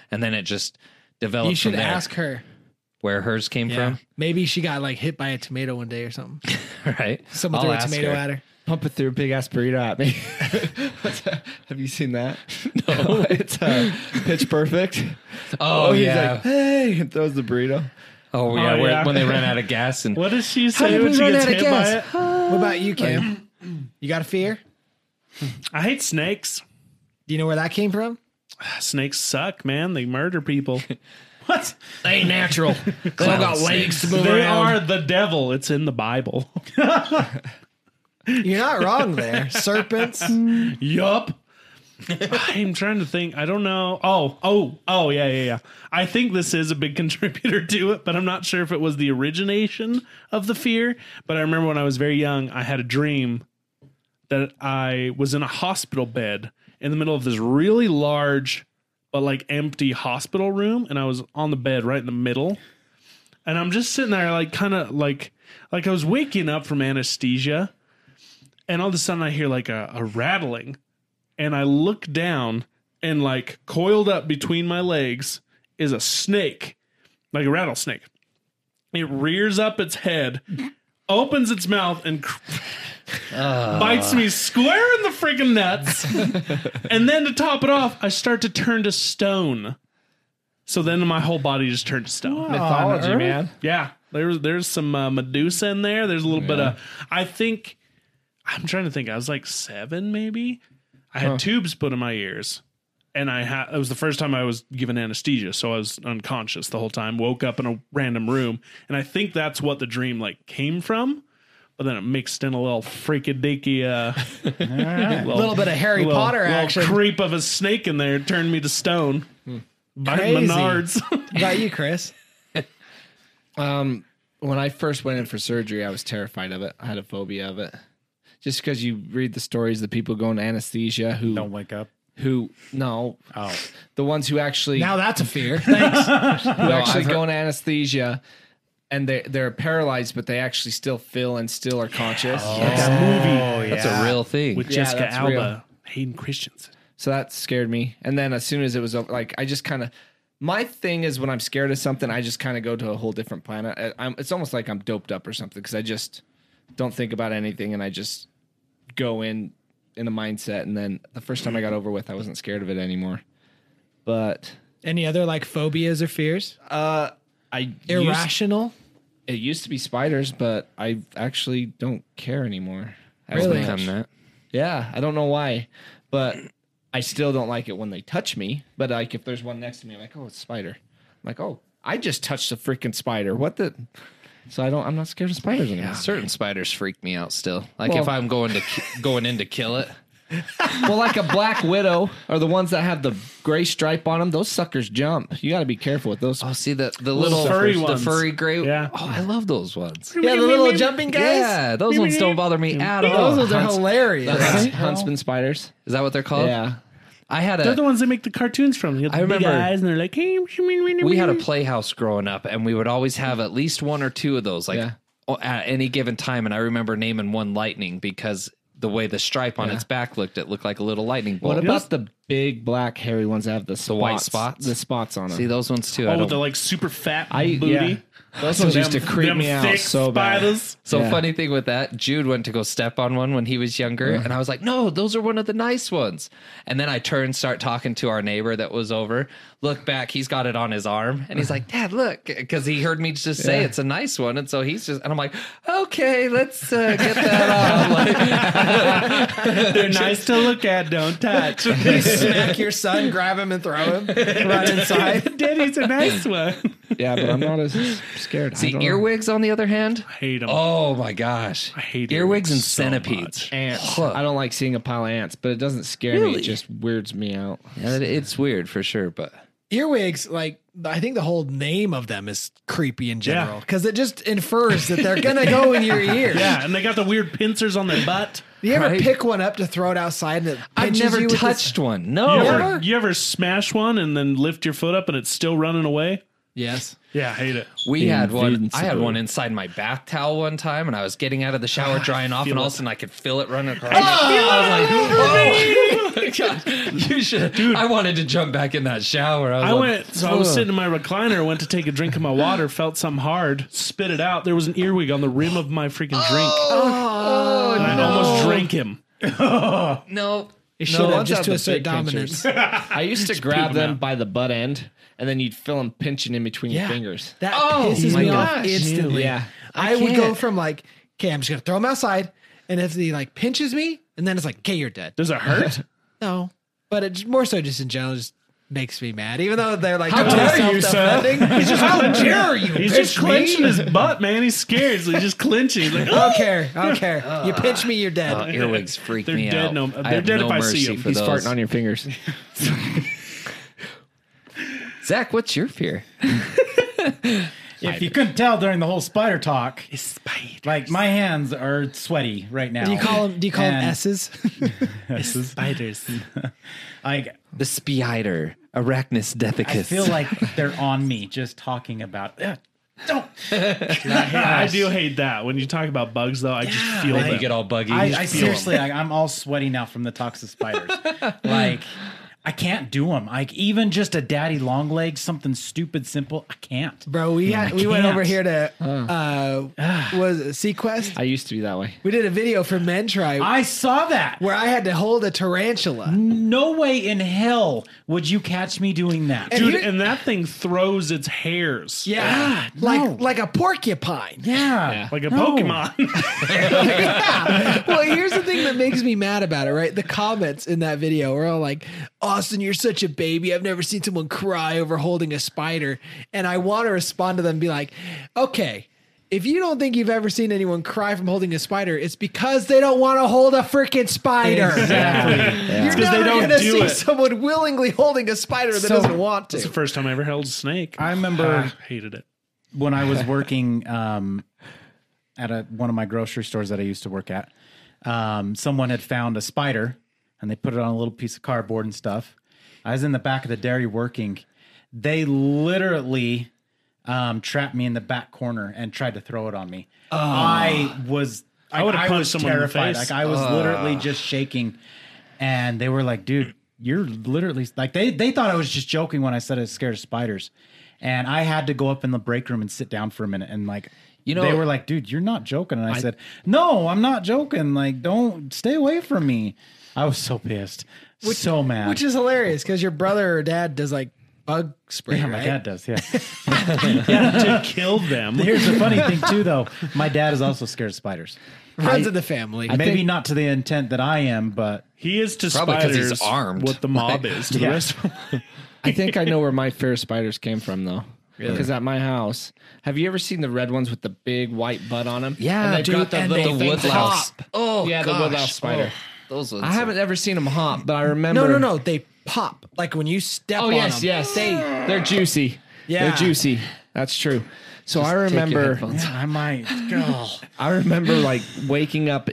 S1: and then it just developed.
S2: you should
S1: from there.
S2: ask her.
S1: where hers came
S2: Yeah. Maybe she got like hit by a tomato one day or something.
S1: from, right?
S2: Someone
S1: I'll
S2: threw a
S1: ask
S2: tomato
S1: her.
S2: at her.
S4: pump it through a big ass burrito at me. What's that? Have you seen that? No, it's uh, Pitch Perfect.
S1: Oh,
S4: he's
S1: yeah.
S4: like, hey, and throws the burrito.
S1: oh yeah,
S3: Oh,
S1: where-
S3: yeah.
S1: when they ran out of gas and
S3: What does she say when she
S1: run
S3: gets
S1: out of
S3: hit by it?
S2: What about you, Cam? You got a fear?
S3: I hate snakes.
S2: Do you know where that came from?
S3: Snakes suck, man. They murder people.
S5: What?
S2: They ain't natural. they all got legs to move
S3: they
S2: around.
S3: are the devil. It's in the Bible.
S2: You're not wrong there. Serpents.
S3: yup. I'm trying to think. I don't know. Oh, oh, oh, yeah, yeah, yeah. I think this is a big contributor to it, but I'm not sure if it was the origination of the fear. But I remember when I was very young, I had a dream that I was in a hospital bed in the middle of this really large but like empty hospital room and I was on the bed right in the middle. And I'm just sitting there like kind of like like I was waking up from anesthesia and all of a sudden I hear like a, a rattling and I look down and like coiled up between my legs is a snake, like a rattlesnake. It rears up its head, opens its mouth and cr- bites me square in the freaking nuts. and then to top it off, I start to turn to stone. So then my whole body just turned to stone.
S4: Mythology, man.
S3: Yeah, there's there's some uh, Medusa in there. There's a little bit of. I think I'm trying to think. I was like seven, maybe. I had tubes put in my ears, and I had. It was the first time I was given anesthesia, so I was unconscious the whole time. Woke up in a random room, and I think that's what the dream like came from. But then it mixed in a little freaky dicky, uh,
S2: A little bit of Harry
S3: little-
S2: Potter
S3: little
S2: action.
S3: creep of a snake in there turned me to stone. By
S2: Crazy.
S3: Menards.
S2: What about you, Chris?
S4: Um, when I first went in for surgery, I was terrified of it. I had a phobia of it. Just because you read the stories of the people going to anesthesia who
S5: Don't wake up.
S4: who no
S5: Oh,
S4: the ones who actually
S2: Now that's a fear. Thanks.
S4: who actually go into anesthesia and they they're paralyzed but they actually still feel and still are conscious.
S2: Oh.
S3: That movie.
S1: That's a real thing.
S3: with
S4: Yeah,
S3: Jessica
S4: that's
S3: Alba,
S4: real.
S3: Hayden Christensen.
S4: So that scared me. And then as soon as it was over, like I just kind of My thing is when I'm scared of something, I just kind of go to a whole different planet. I, I'm, it's almost like I'm doped up or something because I just don't think about anything and I just go in in a mindset. And then the first time I got over with, I wasn't scared of it anymore. But
S2: Any other like phobias or fears?
S4: I used-
S2: Irrational.
S4: it used to be spiders, but I actually don't care anymore. as
S1: I've
S4: much.
S1: done that.
S4: Yeah, I don't know why, but I still don't like it when they touch me. But like if there's one next to me, I'm like, oh, it's a spider. I'm like, oh, I just touched a freaking spider. What the? So I don't. I'm not scared of spiders anymore.
S1: Certain spiders freak me out still. Like if
S4: Well-
S1: I'm going to ki- going in to kill it.
S4: well, like a black widow or the ones that have the gray stripe on them. Those suckers jump. You got to be careful with those.
S1: Oh, see the the little,
S3: furry
S1: the
S3: ones.
S1: furry gray.
S3: Yeah.
S1: Oh, I love those ones.
S4: yeah, the little jumping guys.
S1: Yeah, those ones don't bother me at all.
S4: Those ones are
S1: Hunts-
S4: hilarious. Oh.
S1: Hunts-
S4: Huntsman spiders.
S1: Is that what they're called?
S4: Yeah.
S1: I had
S3: They're the
S1: a
S3: ones they make the cartoons from. You got the
S1: I
S3: big
S1: remember-
S3: eyes, and they're like, hey,
S1: we
S3: we
S1: had a playhouse growing up, and we would always have at least one or two of those, like
S4: Yeah.
S1: o- at any given time. And I remember naming one lightning because the way the stripe on its back looked, it looked like a little lightning bolt.
S4: What about the big black hairy ones that have the,
S1: The white spots?
S4: The spots on them.
S1: see those ones too? I
S3: Oh,
S1: don't-
S3: the like super fat
S4: I-
S3: booty.
S4: yeah. Those ones used to
S3: Them-
S4: creep
S3: them
S4: me out
S3: thick
S4: so bad.
S3: spiders.
S1: So
S4: Yeah.
S1: funny thing with that, Jude went to go step on one when he was younger, and I was like, "No, those are one of the nice ones." And then I turn, start talking to our neighbor that was over. Look back, he's got it on his arm, and he's like, "Dad, look," because he heard me just say it's a nice one, and so he's just, and I'm like, "Okay, let's uh, get that on." Like,
S3: They're nice to look at. Don't touch.
S2: Smack your son, grab him, and throw him right inside.
S3: Daddy's a nice one.
S4: Yeah, but I'm not as scared.
S1: the earwigs, on the other hand,
S3: I hate them.
S1: oh my gosh, I
S3: hate
S1: earwigs
S3: earwigs
S1: and
S3: so
S1: centipedes.
S3: much.
S4: Ants.
S1: Huh.
S4: I don't like seeing a pile of ants, but it doesn't scare me.
S1: Really?
S4: It just weirds me out.
S1: Yeah, it- it's weird for sure, but
S2: Earwigs, like I think the whole name of them is creepy in general
S3: Yeah.
S2: because it just infers that they're gonna go in your ear.
S3: Yeah, and they got the weird pincers on their butt.
S2: Do you ever
S1: Right.
S2: pick one up to throw it outside and it
S1: I've
S2: pinches
S1: never
S2: you with this-
S1: touched one.
S3: You
S1: No,
S3: ever, you ever smash one and then lift your foot up and it's still running away?
S2: Yes.
S3: Yeah, I hate it.
S1: We had one. I had
S4: Invincible.
S1: one inside my bath towel one time, and I was getting out of the shower, drying off, and all of a sudden I could feel it running across. I was like, "Oh my God, you should!" I wanted to jump back in that shower. I, was
S3: I
S1: like,
S3: went, so I was sitting in my recliner, went to take a drink of my water, felt something hard, spit it out. There was an earwig on the rim of my freaking drink. Oh, and I almost drank him.
S1: "No,
S2: You
S1: no,
S2: should have
S1: one's
S2: just
S1: out
S2: to
S1: the
S2: assert
S1: big
S2: dominance.
S1: pictures.
S4: I used to grab them by the butt end, and then you'd feel them pinching in between your fingers.
S2: That
S1: Oh,
S2: pisses
S1: my
S2: me off
S1: gosh.
S2: instantly.
S4: Yeah.
S2: I, would go
S1: can't.
S2: from like, okay, I'm just gonna throw him outside, and if he like pinches me, and then it's like, okay, you're dead.
S3: Does it hurt?
S2: No, but it's more so just in general, just makes me mad. Even though they're like, how
S3: dare you, sir?
S2: He's just how dare you?
S3: He's
S2: pinch
S3: just
S2: me?
S3: clenching his butt, man. He's scared. So he's just clenching. He's like,
S2: I
S3: "Oh."
S2: don't care. I don't care. You pinch me, you're dead.
S1: Uh, earwigs freak
S3: They're
S1: me
S3: dead
S1: out.
S3: no-
S1: I
S3: they're
S1: have
S3: dead
S1: no
S3: if I see
S1: mercy
S3: them.
S1: for
S4: He's
S1: those.
S4: farting on your fingers.
S1: Zach, what's your fear?
S5: If you couldn't tell during the whole spider talk, like my hands are sweaty right now.
S2: do you call him? Do you call him
S5: And-
S2: S's?
S5: spiders? I
S1: The spider, Arachnus dethicus.
S5: I feel like they're on me just talking about. "Ugh, don't.
S3: "Ah, I do hate that. When you talk about bugs, though, I just feel
S1: you
S3: them.
S1: get all buggy.
S5: I, I seriously, like, I'm all sweaty now from the toxic spiders. like, I can't do them. Like, even just a daddy long leg, something stupid, simple, I can't.
S2: Bro, we had, we went
S5: can't.
S2: over here to uh, was it Sequest.
S4: I used to be that way.
S2: We did a video for Men Try
S5: I saw that.
S2: where I had to hold a tarantula.
S5: No way in hell would you catch me doing that.
S2: And
S3: Dude,
S2: here-
S3: and that thing throws its hairs.
S2: Yeah,
S5: Yeah,
S2: like
S5: no.
S2: like a porcupine.
S5: yeah.
S3: Like a
S5: No.
S3: Pokemon.
S2: well, here's the thing that makes me mad about it, right? The comments in that video were all like, Austin, you're such a baby. I've never seen someone cry over holding a spider. And I want to respond to them and be like, okay. If you don't think you've ever seen anyone cry from holding a spider, it's because they don't want to hold a freaking spider.
S5: Exactly.
S2: You're
S3: they
S2: never
S3: don't
S2: going to
S3: do
S2: see
S3: it.
S2: someone willingly holding a spider that
S5: So- oh
S2: doesn't want
S3: It's the
S2: to.
S3: first time I ever held a snake.
S5: I remember-
S3: Ah, hated it.
S5: when I was working um, at a, one of my grocery stores that I used to work at, um, someone had found a spider and they put it on a little piece of cardboard and stuff. I was in the back of the dairy working. They literally um, trapped me in the back corner and tried to throw it on me. I was I,
S3: Ah. would've
S5: I
S3: punched
S5: was
S3: someone in the
S5: terrified.
S3: face.
S5: Like I was literally just shaking, and they were like, "Dude, you're literally like they they thought I was just joking when I said I was scared of spiders, and I had to go up in the break room and sit down for a minute and like. You
S1: You
S5: know,
S1: know-
S5: they were like, "Dude, you're not joking," and I, said, "No, I'm not joking. Like, don't stay away from me." I was so pissed, so mad.
S2: Which is hilarious because your brother or dad does like bug spray.
S5: yeah,
S2: right?
S5: my dad does. Yeah.
S3: to kill them.
S5: Here's the funny thing too, though. My dad is also scared of spiders.
S2: Friends of the family.
S5: Maybe
S2: Maybe
S5: not to the intent that I am, but
S3: He is to
S1: Probably 'cause he's
S3: spiders
S1: armed.
S3: what the mob is to
S5: Yeah.
S3: the rest. Of
S4: I think I know where my fear of spiders came from, though. Because at my house, have you ever seen the red ones with the big white butt on them?
S1: Yeah,
S4: and they've
S1: dude,
S4: got the
S1: and
S4: little
S1: they
S4: thing
S1: woodlouse.
S4: pop.
S1: Oh,
S4: yeah, the
S1: gosh. Oh,
S4: woodlouse spider.
S1: Those ones.
S4: I haven't ever seen them hop, but I remember.
S2: Oh, no, no, no. They pop like when you step
S4: Oh
S2: on
S4: yes,
S2: them.
S4: yes.
S2: They
S4: they're juicy.
S2: Yeah.
S4: they're juicy. That's true. So I
S1: your
S4: remember.
S1: headphones
S5: Yeah, I might. Go.
S4: I remember like waking up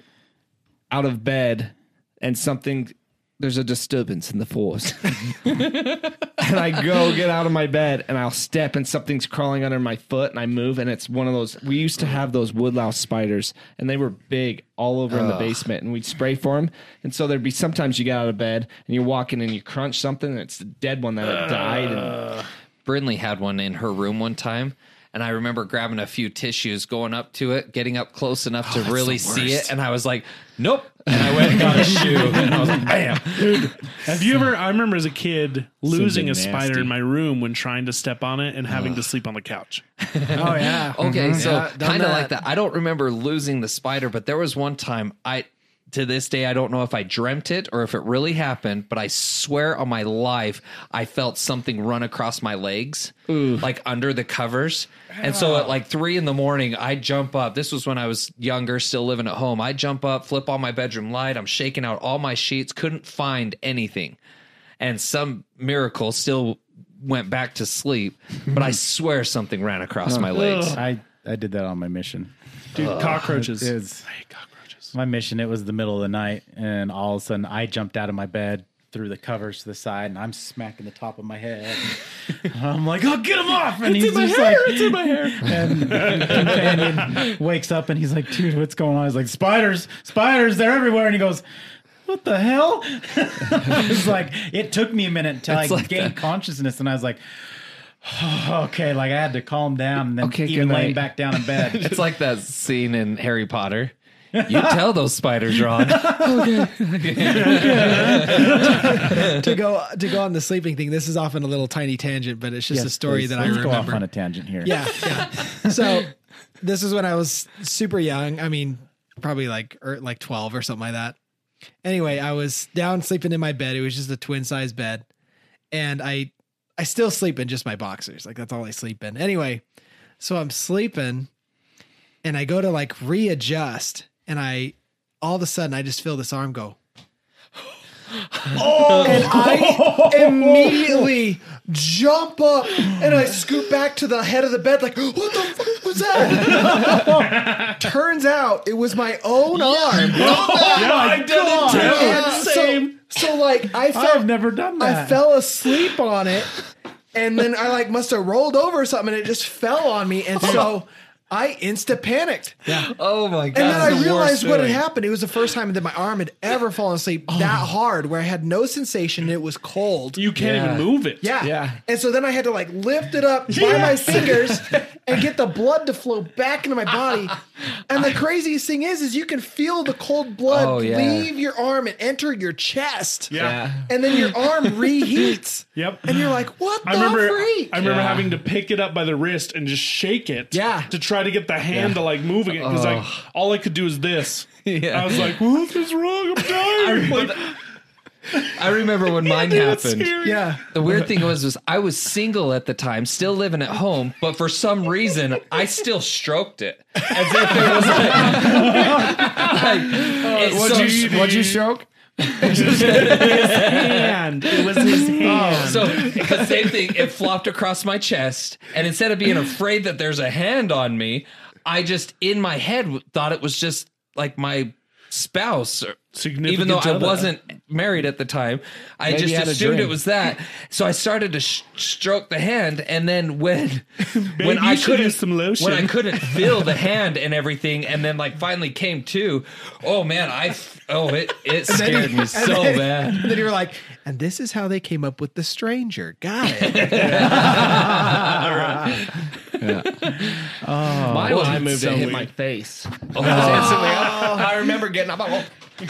S4: out of bed and something there's a disturbance in the force. and I go get out of my bed and I'll step and something's crawling under my foot and I move and it's one of those we used to have those woodlouse spiders and they were big all over in the basement and we'd spray for them and so there'd be sometimes you get out of bed and you're walking and you crunch something and it's the dead one that had died and
S1: Brinley had one in her room one time. And I remember grabbing a few tissues, going up to it, getting up close enough to really see it. And I was like, nope. And I went and got a shoe. And I was like, bam.
S3: Have you ever? I remember as a kid losing a spider
S4: nasty.
S3: in my room when trying to step on it and having to sleep on the couch.
S2: Oh yeah.
S1: Okay, so
S2: Yeah, done
S1: kind of
S2: that.
S1: like that. I don't remember losing the spider, but there was one time I to this day I don't know if I dreamt it or if it really happened, but I swear on my life I felt something run across my legs, like under the covers. And so at like three in the morning, I jump up. This was when I was younger, still living at home. I jump up, flip on my bedroom light. I'm shaking out all my sheets, couldn't find anything and some miracle still went back to sleep but i swear something ran across my legs
S5: I I did that on my mission. Uh,
S3: Dude, cockroaches.
S5: It's-
S3: I hate cockroaches.
S5: my mission. It was the middle of the night, and all of a sudden, I jumped out of my bed through the covers to the side, and I'm smacking the top of my head. And I'm like, "Oh, get him off!" And he's just like, "It's in my hair." And companion wakes up, and he's like, "Dude, what's going on?" He's like, "Spiders, spiders! They're everywhere!" And he goes. What the hell? I was like, it took me a minute until I
S1: like
S5: gained consciousness, and I was like, okay, like I had to calm down, and then
S4: Okay,
S5: even
S4: good
S5: laying
S4: night.
S5: back down in bed.
S1: it's like that scene in harry potter you tell those spiders ron
S2: to go to go on the sleeping thing. This is often a little tiny tangent, but it's just a
S5: Yes,
S2: story
S5: please,
S2: that I
S5: let's
S2: remember.
S5: go off on a tangent here.
S2: Yeah, yeah. so this is when I was super young. I mean, probably like er, like twelve or something like that. Anyway, I was down sleeping in my bed. It was just a twin size bed, and I I still sleep in just my boxers. Like that's all I sleep in. Anyway, so I'm sleeping, and I go to like readjust, and I all of a sudden I just feel this arm go. And I immediately jump up and I scoot back to the head of the bed, like, what the fuck was that? Turns out it was my own arm.
S5: I did it
S2: And so, so, like, I felt,
S5: I've never done
S2: I
S5: that.
S2: fell asleep on it, and then I like must have rolled over or something, and it just fell on me, and
S5: Oh.
S2: so. I insta panicked.
S1: oh my god
S2: And then I
S1: the
S2: realized
S1: worst
S2: what had
S1: feeling.
S2: happened. It was the first time that my arm had ever fallen asleep
S5: Oh.
S2: that hard, where I had no sensation. and It was cold.
S3: You can't even move it.
S2: Yeah.
S4: Yeah.
S2: And so then I had to like lift it up by my fingers and get the blood to flow back into my body. And the craziest thing is, is you can feel the cold blood
S1: Oh, yeah.
S2: leave your arm and enter your chest.
S3: Yeah.
S2: And then your arm reheats.
S3: Yep.
S2: And you're like, what the
S3: I remember.
S2: freak?
S3: I remember having to pick it up by the wrist and just shake it.
S2: Yeah.
S3: To try to get the hand to like move again because like all I could do is this.
S1: Yeah.
S3: I was like, "What is wrong? I'm dying." like,
S1: i remember when mine
S3: dude, it's
S1: happened
S3: scary.
S2: yeah.
S1: the weird thing was was i was single at the time still living at home but for some reason i still stroked it as if it was like, like it's so-
S4: what'd, you, what'd you stroke?
S5: hand. It was his hand.
S1: Oh, So the same thing, it flopped across my chest, and instead of being afraid that there's a hand on me, I just in my head w- thought it was just like my spouse. or-
S3: Significant
S1: Even though I
S3: other.
S1: wasn't married at the time, I
S4: Maybe you
S1: just
S4: had a
S1: assumed it
S4: dream.
S1: was that. So I started to sh- stroke the hand, and then when when
S3: Maybe
S1: I
S3: you should
S1: couldn't
S3: use some lotion.
S1: when I couldn't feel the hand and everything, and then like finally came to, oh man, I f- oh it it scared me so bad.
S2: And then you're like, and this is how they came up with the stranger. Got it.
S1: Mine
S4: Well, I
S1: wasn't
S4: moved
S1: so
S4: and hit
S1: weird.
S4: my face.
S1: Oh. I remember getting up. I'm like, "Oh."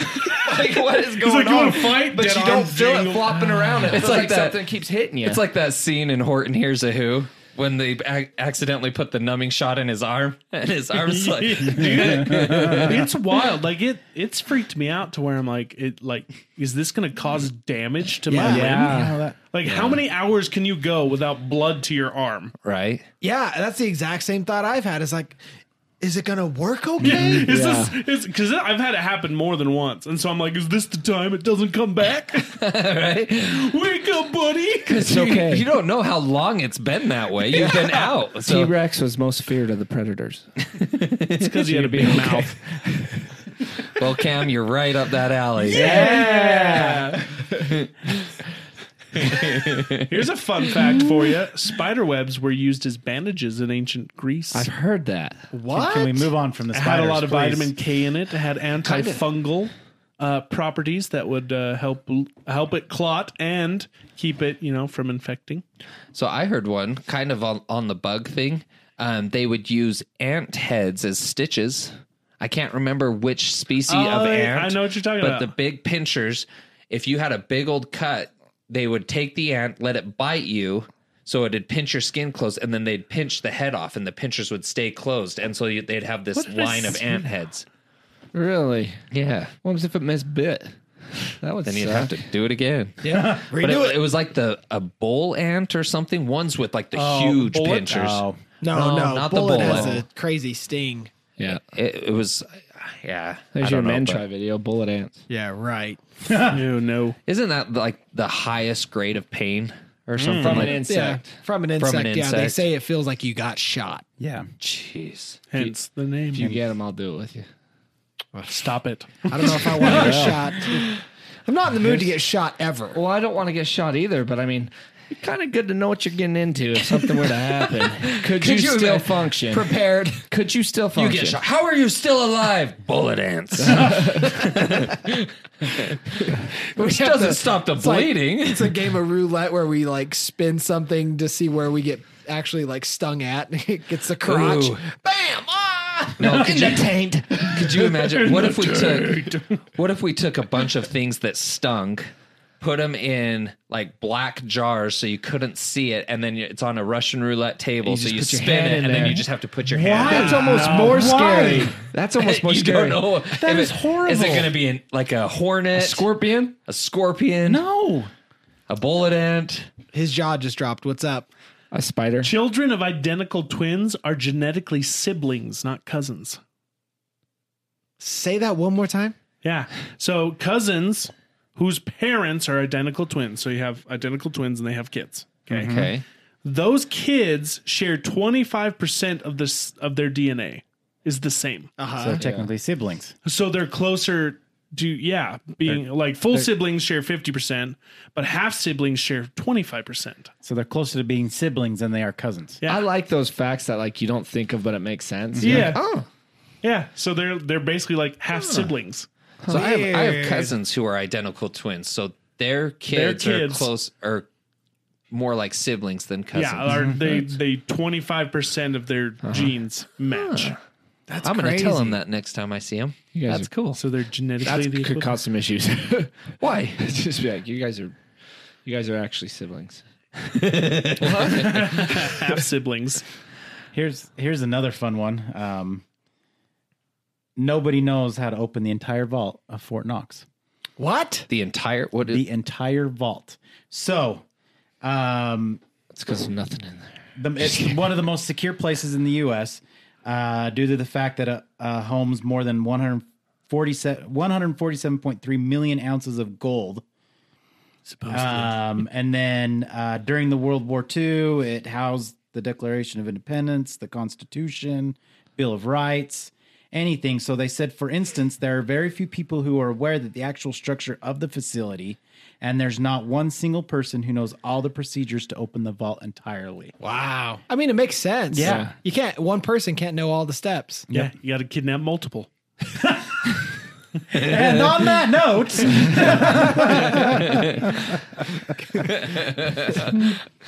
S1: like, what is going
S3: like, "You
S1: on?
S3: wanna fight?
S1: But
S3: Dead
S1: you don't
S3: arm
S1: feel it
S3: jangled.
S1: flopping around. It
S4: It's
S1: feels like,
S4: like,
S1: that.
S4: something keeps hitting you.
S1: It's like that scene in Horton Hears a Who when they ac- accidentally put the numbing shot in his arm, and his arm's like,
S3: it's wild. Like it, it's freaked me out to where I'm like, it like, is this going to cause damage to my limb?
S5: You know that-
S3: Like, how many hours can you go without blood to your arm?
S1: right?
S2: yeah, that's the exact same thought I've had. It's like, is it gonna work okay?
S3: Is this because I've had it happen more than once, and so I'm like, is this the time it doesn't come back?
S1: Right?
S3: Wake up, buddy!
S1: It's
S4: okay.
S1: You, you don't know how long it's been that way. You've been out.
S4: T
S1: So
S4: Rex was most feared of the predators.
S3: It's because you had a big mouth.
S1: well, Cam, you're right up that alley.
S3: Here's a fun fact for you: spider webs were used as bandages in ancient Greece.
S4: I've heard that.
S2: What?
S5: Can we move on from the
S3: It
S5: spiders?
S3: had a lot of
S5: please?
S3: vitamin K in it. It had antifungal uh, properties that would uh, help help it clot and keep it, you know, from infecting.
S1: So I heard one kind of on, on the bug thing. Um, they would use ant heads as stitches. I can't remember which species
S3: Oh,
S1: of
S3: I-
S1: ant.
S3: I know what you're talking
S1: but
S3: about.
S1: the big pinchers, if you had a big old cut, they would take the ant, let it bite you. So it'd pinch your skin closed, and then they'd pinch the head off, and the pinchers would stay closed, and so you, they'd have this
S3: did I
S1: line of
S3: see?
S1: ant heads.
S4: Really?
S1: Yeah,
S4: What was if it misbit? That would
S1: then you'd have
S4: suck.
S1: to do it again.
S2: Yeah,
S1: but
S2: redo
S1: it,
S2: it.
S1: it was like the a bull ant or something. Ones with like the
S3: Oh,
S1: huge
S3: bullet?
S1: pinchers.
S5: Oh.
S2: No, no,
S1: not the
S2: bullet has
S1: bullet.
S2: a crazy sting.
S4: Yeah.
S1: It, it was, yeah. I
S4: There's your
S1: don't know,
S4: man
S1: but-
S4: try video, bullet ants.
S2: Yeah, right.
S3: No, no.
S1: Isn't that like the highest grade of pain or something?
S4: Mm. From
S1: like
S4: an insect.
S2: Yeah, from an insect.
S1: From an
S2: Yeah, they
S1: insect.
S2: say it feels like you got shot.
S5: Yeah.
S1: Jeez.
S3: Hence the name.
S4: If you get them, I'll do it with you.
S3: Stop it.
S2: I don't know if I want to get shot. I'm not in the mood to get shot ever.
S4: Well, I don't want to get shot either, but I mean, it's kind of good to know what you're getting into if something were to happen. Could, you,
S1: you
S4: still
S1: imagine-
S4: function?
S2: Prepared.
S4: Could you still
S1: You
S4: function?
S1: get shot. How are you still alive? Bullet ants. Which doesn't stop the
S2: like-
S1: bleeding.
S2: It's a game of roulette where we like spin something to see where we get actually like stung at. It gets the crotch.
S1: Ooh.
S2: Bam! Ah!
S1: No, could
S2: in the taint.
S1: Could you imagine? What if we took? What if we took a bunch of things that stung, put them in like black jars so you couldn't see it, and then you- it's on a Russian roulette table, so
S4: just
S1: you
S4: put your
S1: spin
S4: hand
S1: it,
S4: in
S1: and then
S4: there.
S1: you just have to put your hand.
S4: That's almost more scary. That's almost more
S1: you
S4: scary.
S1: don't know. if
S5: is
S1: it-
S5: horrible.
S1: Is it going to be an, like a hornet, a,
S4: Scorpion?
S1: scorpion,
S5: No.
S1: a bullet ant?
S2: His jaw just dropped. What's up?
S4: A spider?
S3: Children of identical twins are genetically siblings, not cousins.
S2: Say that one more time.
S3: Yeah. So cousins whose parents are identical twins. So you have identical twins and they have kids. Okay.
S1: Okay.
S3: Those kids share 25% of this of their DNA is the same.
S5: So technically siblings.
S3: So they're closer to yeah, being like full siblings share 50%, but half siblings share 25%.
S5: So they're closer to being siblings than they are cousins.
S3: Yeah.
S4: I like those facts that like you don't think of, but it makes sense.
S3: Yeah.
S4: Like, oh,
S3: Yeah, so they're they're basically like half siblings.
S1: So I have, I have cousins who are identical twins, so their kids,
S3: kids.
S1: are close or more like siblings than cousins.
S3: Yeah, are they they 25% of their genes match.
S1: I'm going to tell him that next time I see him.
S4: You guys
S1: That's
S4: are-
S1: cool.
S3: So they're genetically
S4: that
S3: the
S4: could
S3: equivalent.
S4: cause some issues.
S1: Why?
S4: Just be like, you guys are, you guys are actually siblings.
S3: half siblings.
S5: Here's here's another fun one. Um, nobody knows how to open the entire vault of Fort Knox.
S2: What?
S1: The entire what? Is,
S5: The entire vault. So, um,
S4: It's because nothing in there.
S5: the, it's one of the most secure places in the U.S. Uh, due to the fact that uh, uh, homes more than 147 147.3 million ounces of gold. Um, and then uh, during the World War II, it housed the Declaration of Independence, the Constitution, Bill of Rights, anything. So they said, for instance, there are very few people who are aware that the actual structure of the facility, and there's not one single person who knows all the procedures to open the vault entirely.
S2: Wow. I mean, it makes sense.
S5: Yeah.
S2: You can't, one person can't know all the steps.
S3: Yeah, you got to kidnap multiple.
S5: And on that note,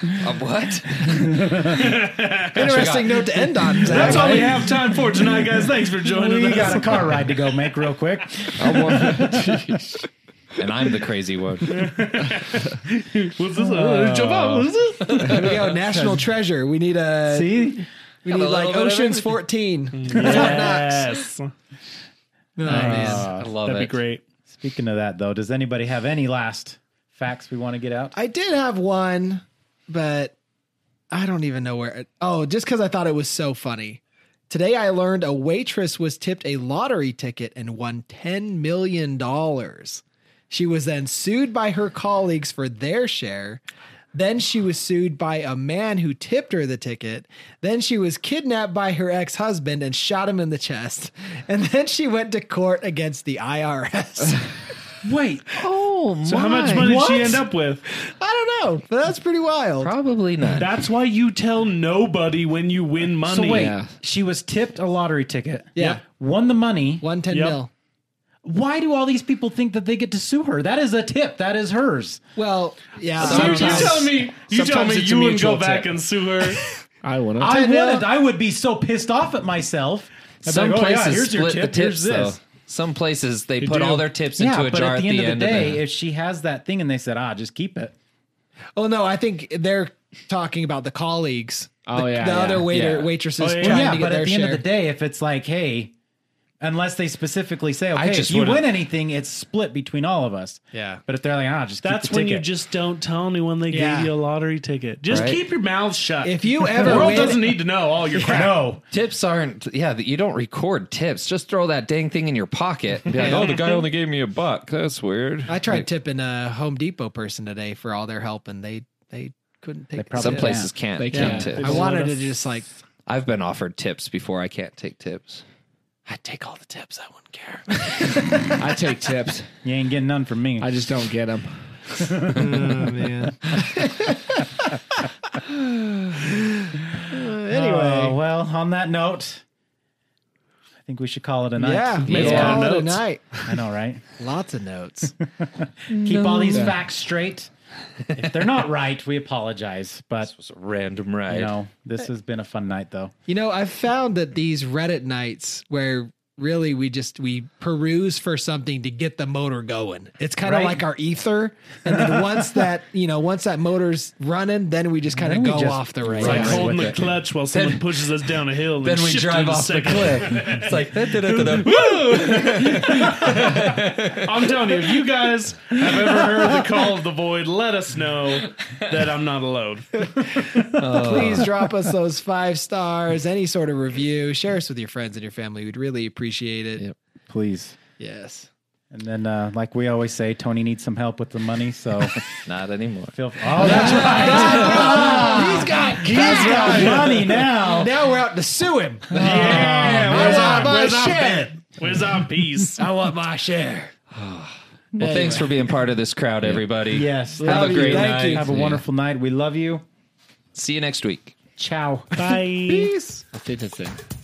S1: A what?
S2: Interesting note to end on. Zach.
S3: That's all we have time for tonight, guys. Thanks for joining
S5: we
S3: us.
S5: got a car ride to go make real quick.
S1: I'm one- and I'm the crazy one.
S3: What's this? Uh, jump out. What's this?
S2: Here we go. National treasure. We need a.
S5: See,
S2: we
S1: Got
S2: need
S1: a little
S2: like
S1: bit of
S2: Ocean's
S1: everything.
S2: 14.
S3: Yes.
S2: Oh, man.
S1: I love
S3: That'd
S1: it.
S3: be great.
S5: speaking of that though, does anybody have any last facts we want to get out?
S2: I did have one, but I don't even know where. It, oh, just because I thought it was so funny. Today I learned a waitress was tipped a lottery ticket and won $10 million. She was then sued by her colleagues for their share. Then she was sued by a man who tipped her the ticket. Then she was kidnapped by her ex husband and shot him in the chest. And then she went to court against the IRS.
S5: Wait,
S6: Oh my!
S3: So, how much money did
S2: What?
S3: she end up with?
S2: I don't know, but that's pretty wild.
S1: Probably not.
S3: That's why you tell nobody when you win money.
S5: so wait,
S1: Yeah.
S5: she was tipped a lottery ticket.
S2: Yeah.
S5: won the money.
S2: 110
S3: Yep.
S2: mil.
S5: Why do all these people think that they get to sue her? That is a tip. That is hers.
S2: Well, yeah.
S3: So you
S2: sometimes-
S3: tell me, you tell
S2: sometimes
S3: me
S2: it's a
S3: you wouldn't go
S2: mutual
S3: back
S2: tip.
S3: and sue her.
S4: I want to.
S5: I
S2: Tighten up.
S5: wouldn't. I would be so pissed off at myself. I'd be
S1: Some
S5: like, "Oh, yeah,
S1: places
S5: here's your
S1: split
S5: tip.
S1: the
S5: here's
S1: tips, though.
S5: this.
S1: Some places they put
S3: do.
S1: all their tips
S5: Yeah,
S1: into a
S5: but
S1: jar
S5: at the end of the day,
S1: the-
S5: if she has that thing and they said, ah, just keep it.
S2: Oh no, I think they're talking about the colleagues.
S4: Oh,
S2: the,
S4: yeah,
S2: the
S4: yeah,
S2: other waiter
S1: yeah.
S2: waitresses
S3: Oh, yeah,
S2: trying
S5: yeah,
S2: to get
S5: but
S2: their
S5: at the
S2: share.
S5: end of the day, if it's like, hey, unless they specifically say, okay,
S1: just
S5: if you
S1: wouldn't-
S5: win anything, it's split between all of us.
S2: Yeah.
S5: But if they're like, ah, just keep
S3: That's
S5: the
S3: when you
S5: ticket."
S3: just don't tell anyone they
S2: Yeah.
S3: gave you a lottery ticket. Just
S1: Right.
S3: keep your mouth shut.
S2: if you
S3: the
S2: ever
S3: world
S2: win,
S3: doesn't need to know all your crap.
S5: no.
S1: tips aren't, yeah, you don't record tips. Just throw that dang thing in your pocket. and be like, oh, the guy only gave me a buck. That's weird.
S2: I tried tipping a Home Depot person today for all their help, and they they couldn't take.
S5: probably
S1: Some
S2: the tip.
S1: places can't.
S4: They
S1: take
S4: can't.
S1: tips.
S2: I wanted to just like
S1: I've been offered tips before. I can't take tips.
S2: I take all the tips. I wouldn't care.
S4: I take tips.
S5: You ain't getting none from me.
S4: I just don't get them.
S2: oh man. anyway,
S5: Oh, well, on that note, I think we should call it a night.
S2: yeah,
S1: Made
S2: let's
S1: a lot of
S2: call it a
S3: notes.
S2: night.
S5: I know, right?
S2: Lots of notes.
S5: Keep all these facts straight. If they're not right, we apologize. But,
S1: It's a random ride.
S5: you know, this has been a fun night, though.
S2: You know, I've found that these Reddit nights where really we just we peruse for something to get the motor going. It's kind of
S5: Right.
S2: like our ether. And then once that, you know, once that motor's running, then we just kind of
S5: Then we
S2: go
S5: just
S2: off the
S3: It's like
S2: rails.
S5: Right.
S3: holding the clutch while someone pushes us down a hill.
S1: Then
S3: and
S1: we
S3: shift
S1: drive
S3: in a
S1: off the
S3: second.
S1: cliff. It's like,
S3: I'm telling you, if you guys have ever heard the call of the void, let us know that I'm not alone.
S2: Please drop us those five stars, any sort of review, share us with your friends and your family. We'd really appreciate it.
S1: Yep.
S5: Please.
S2: Yes.
S5: And then, uh, like we always say, Tony needs some help with the money. So
S1: not anymore.
S5: feel free. Oh, that's right.
S2: He's got
S5: He's got money now.
S2: now we're out to sue him.
S3: Yeah, where's
S2: I
S3: our,
S2: want my
S3: where's our
S2: share.
S3: bet? Where's our piece?
S2: I want my share.
S1: Well, thanks for being part of this crowd, everybody.
S5: Yes.
S1: Have
S2: Love
S1: a
S2: you.
S1: great
S2: Thank
S1: night.
S2: you.
S5: Have a wonderful night. We love you.
S1: See you next week.
S5: Ciao.
S3: Bye.
S4: I think that's it.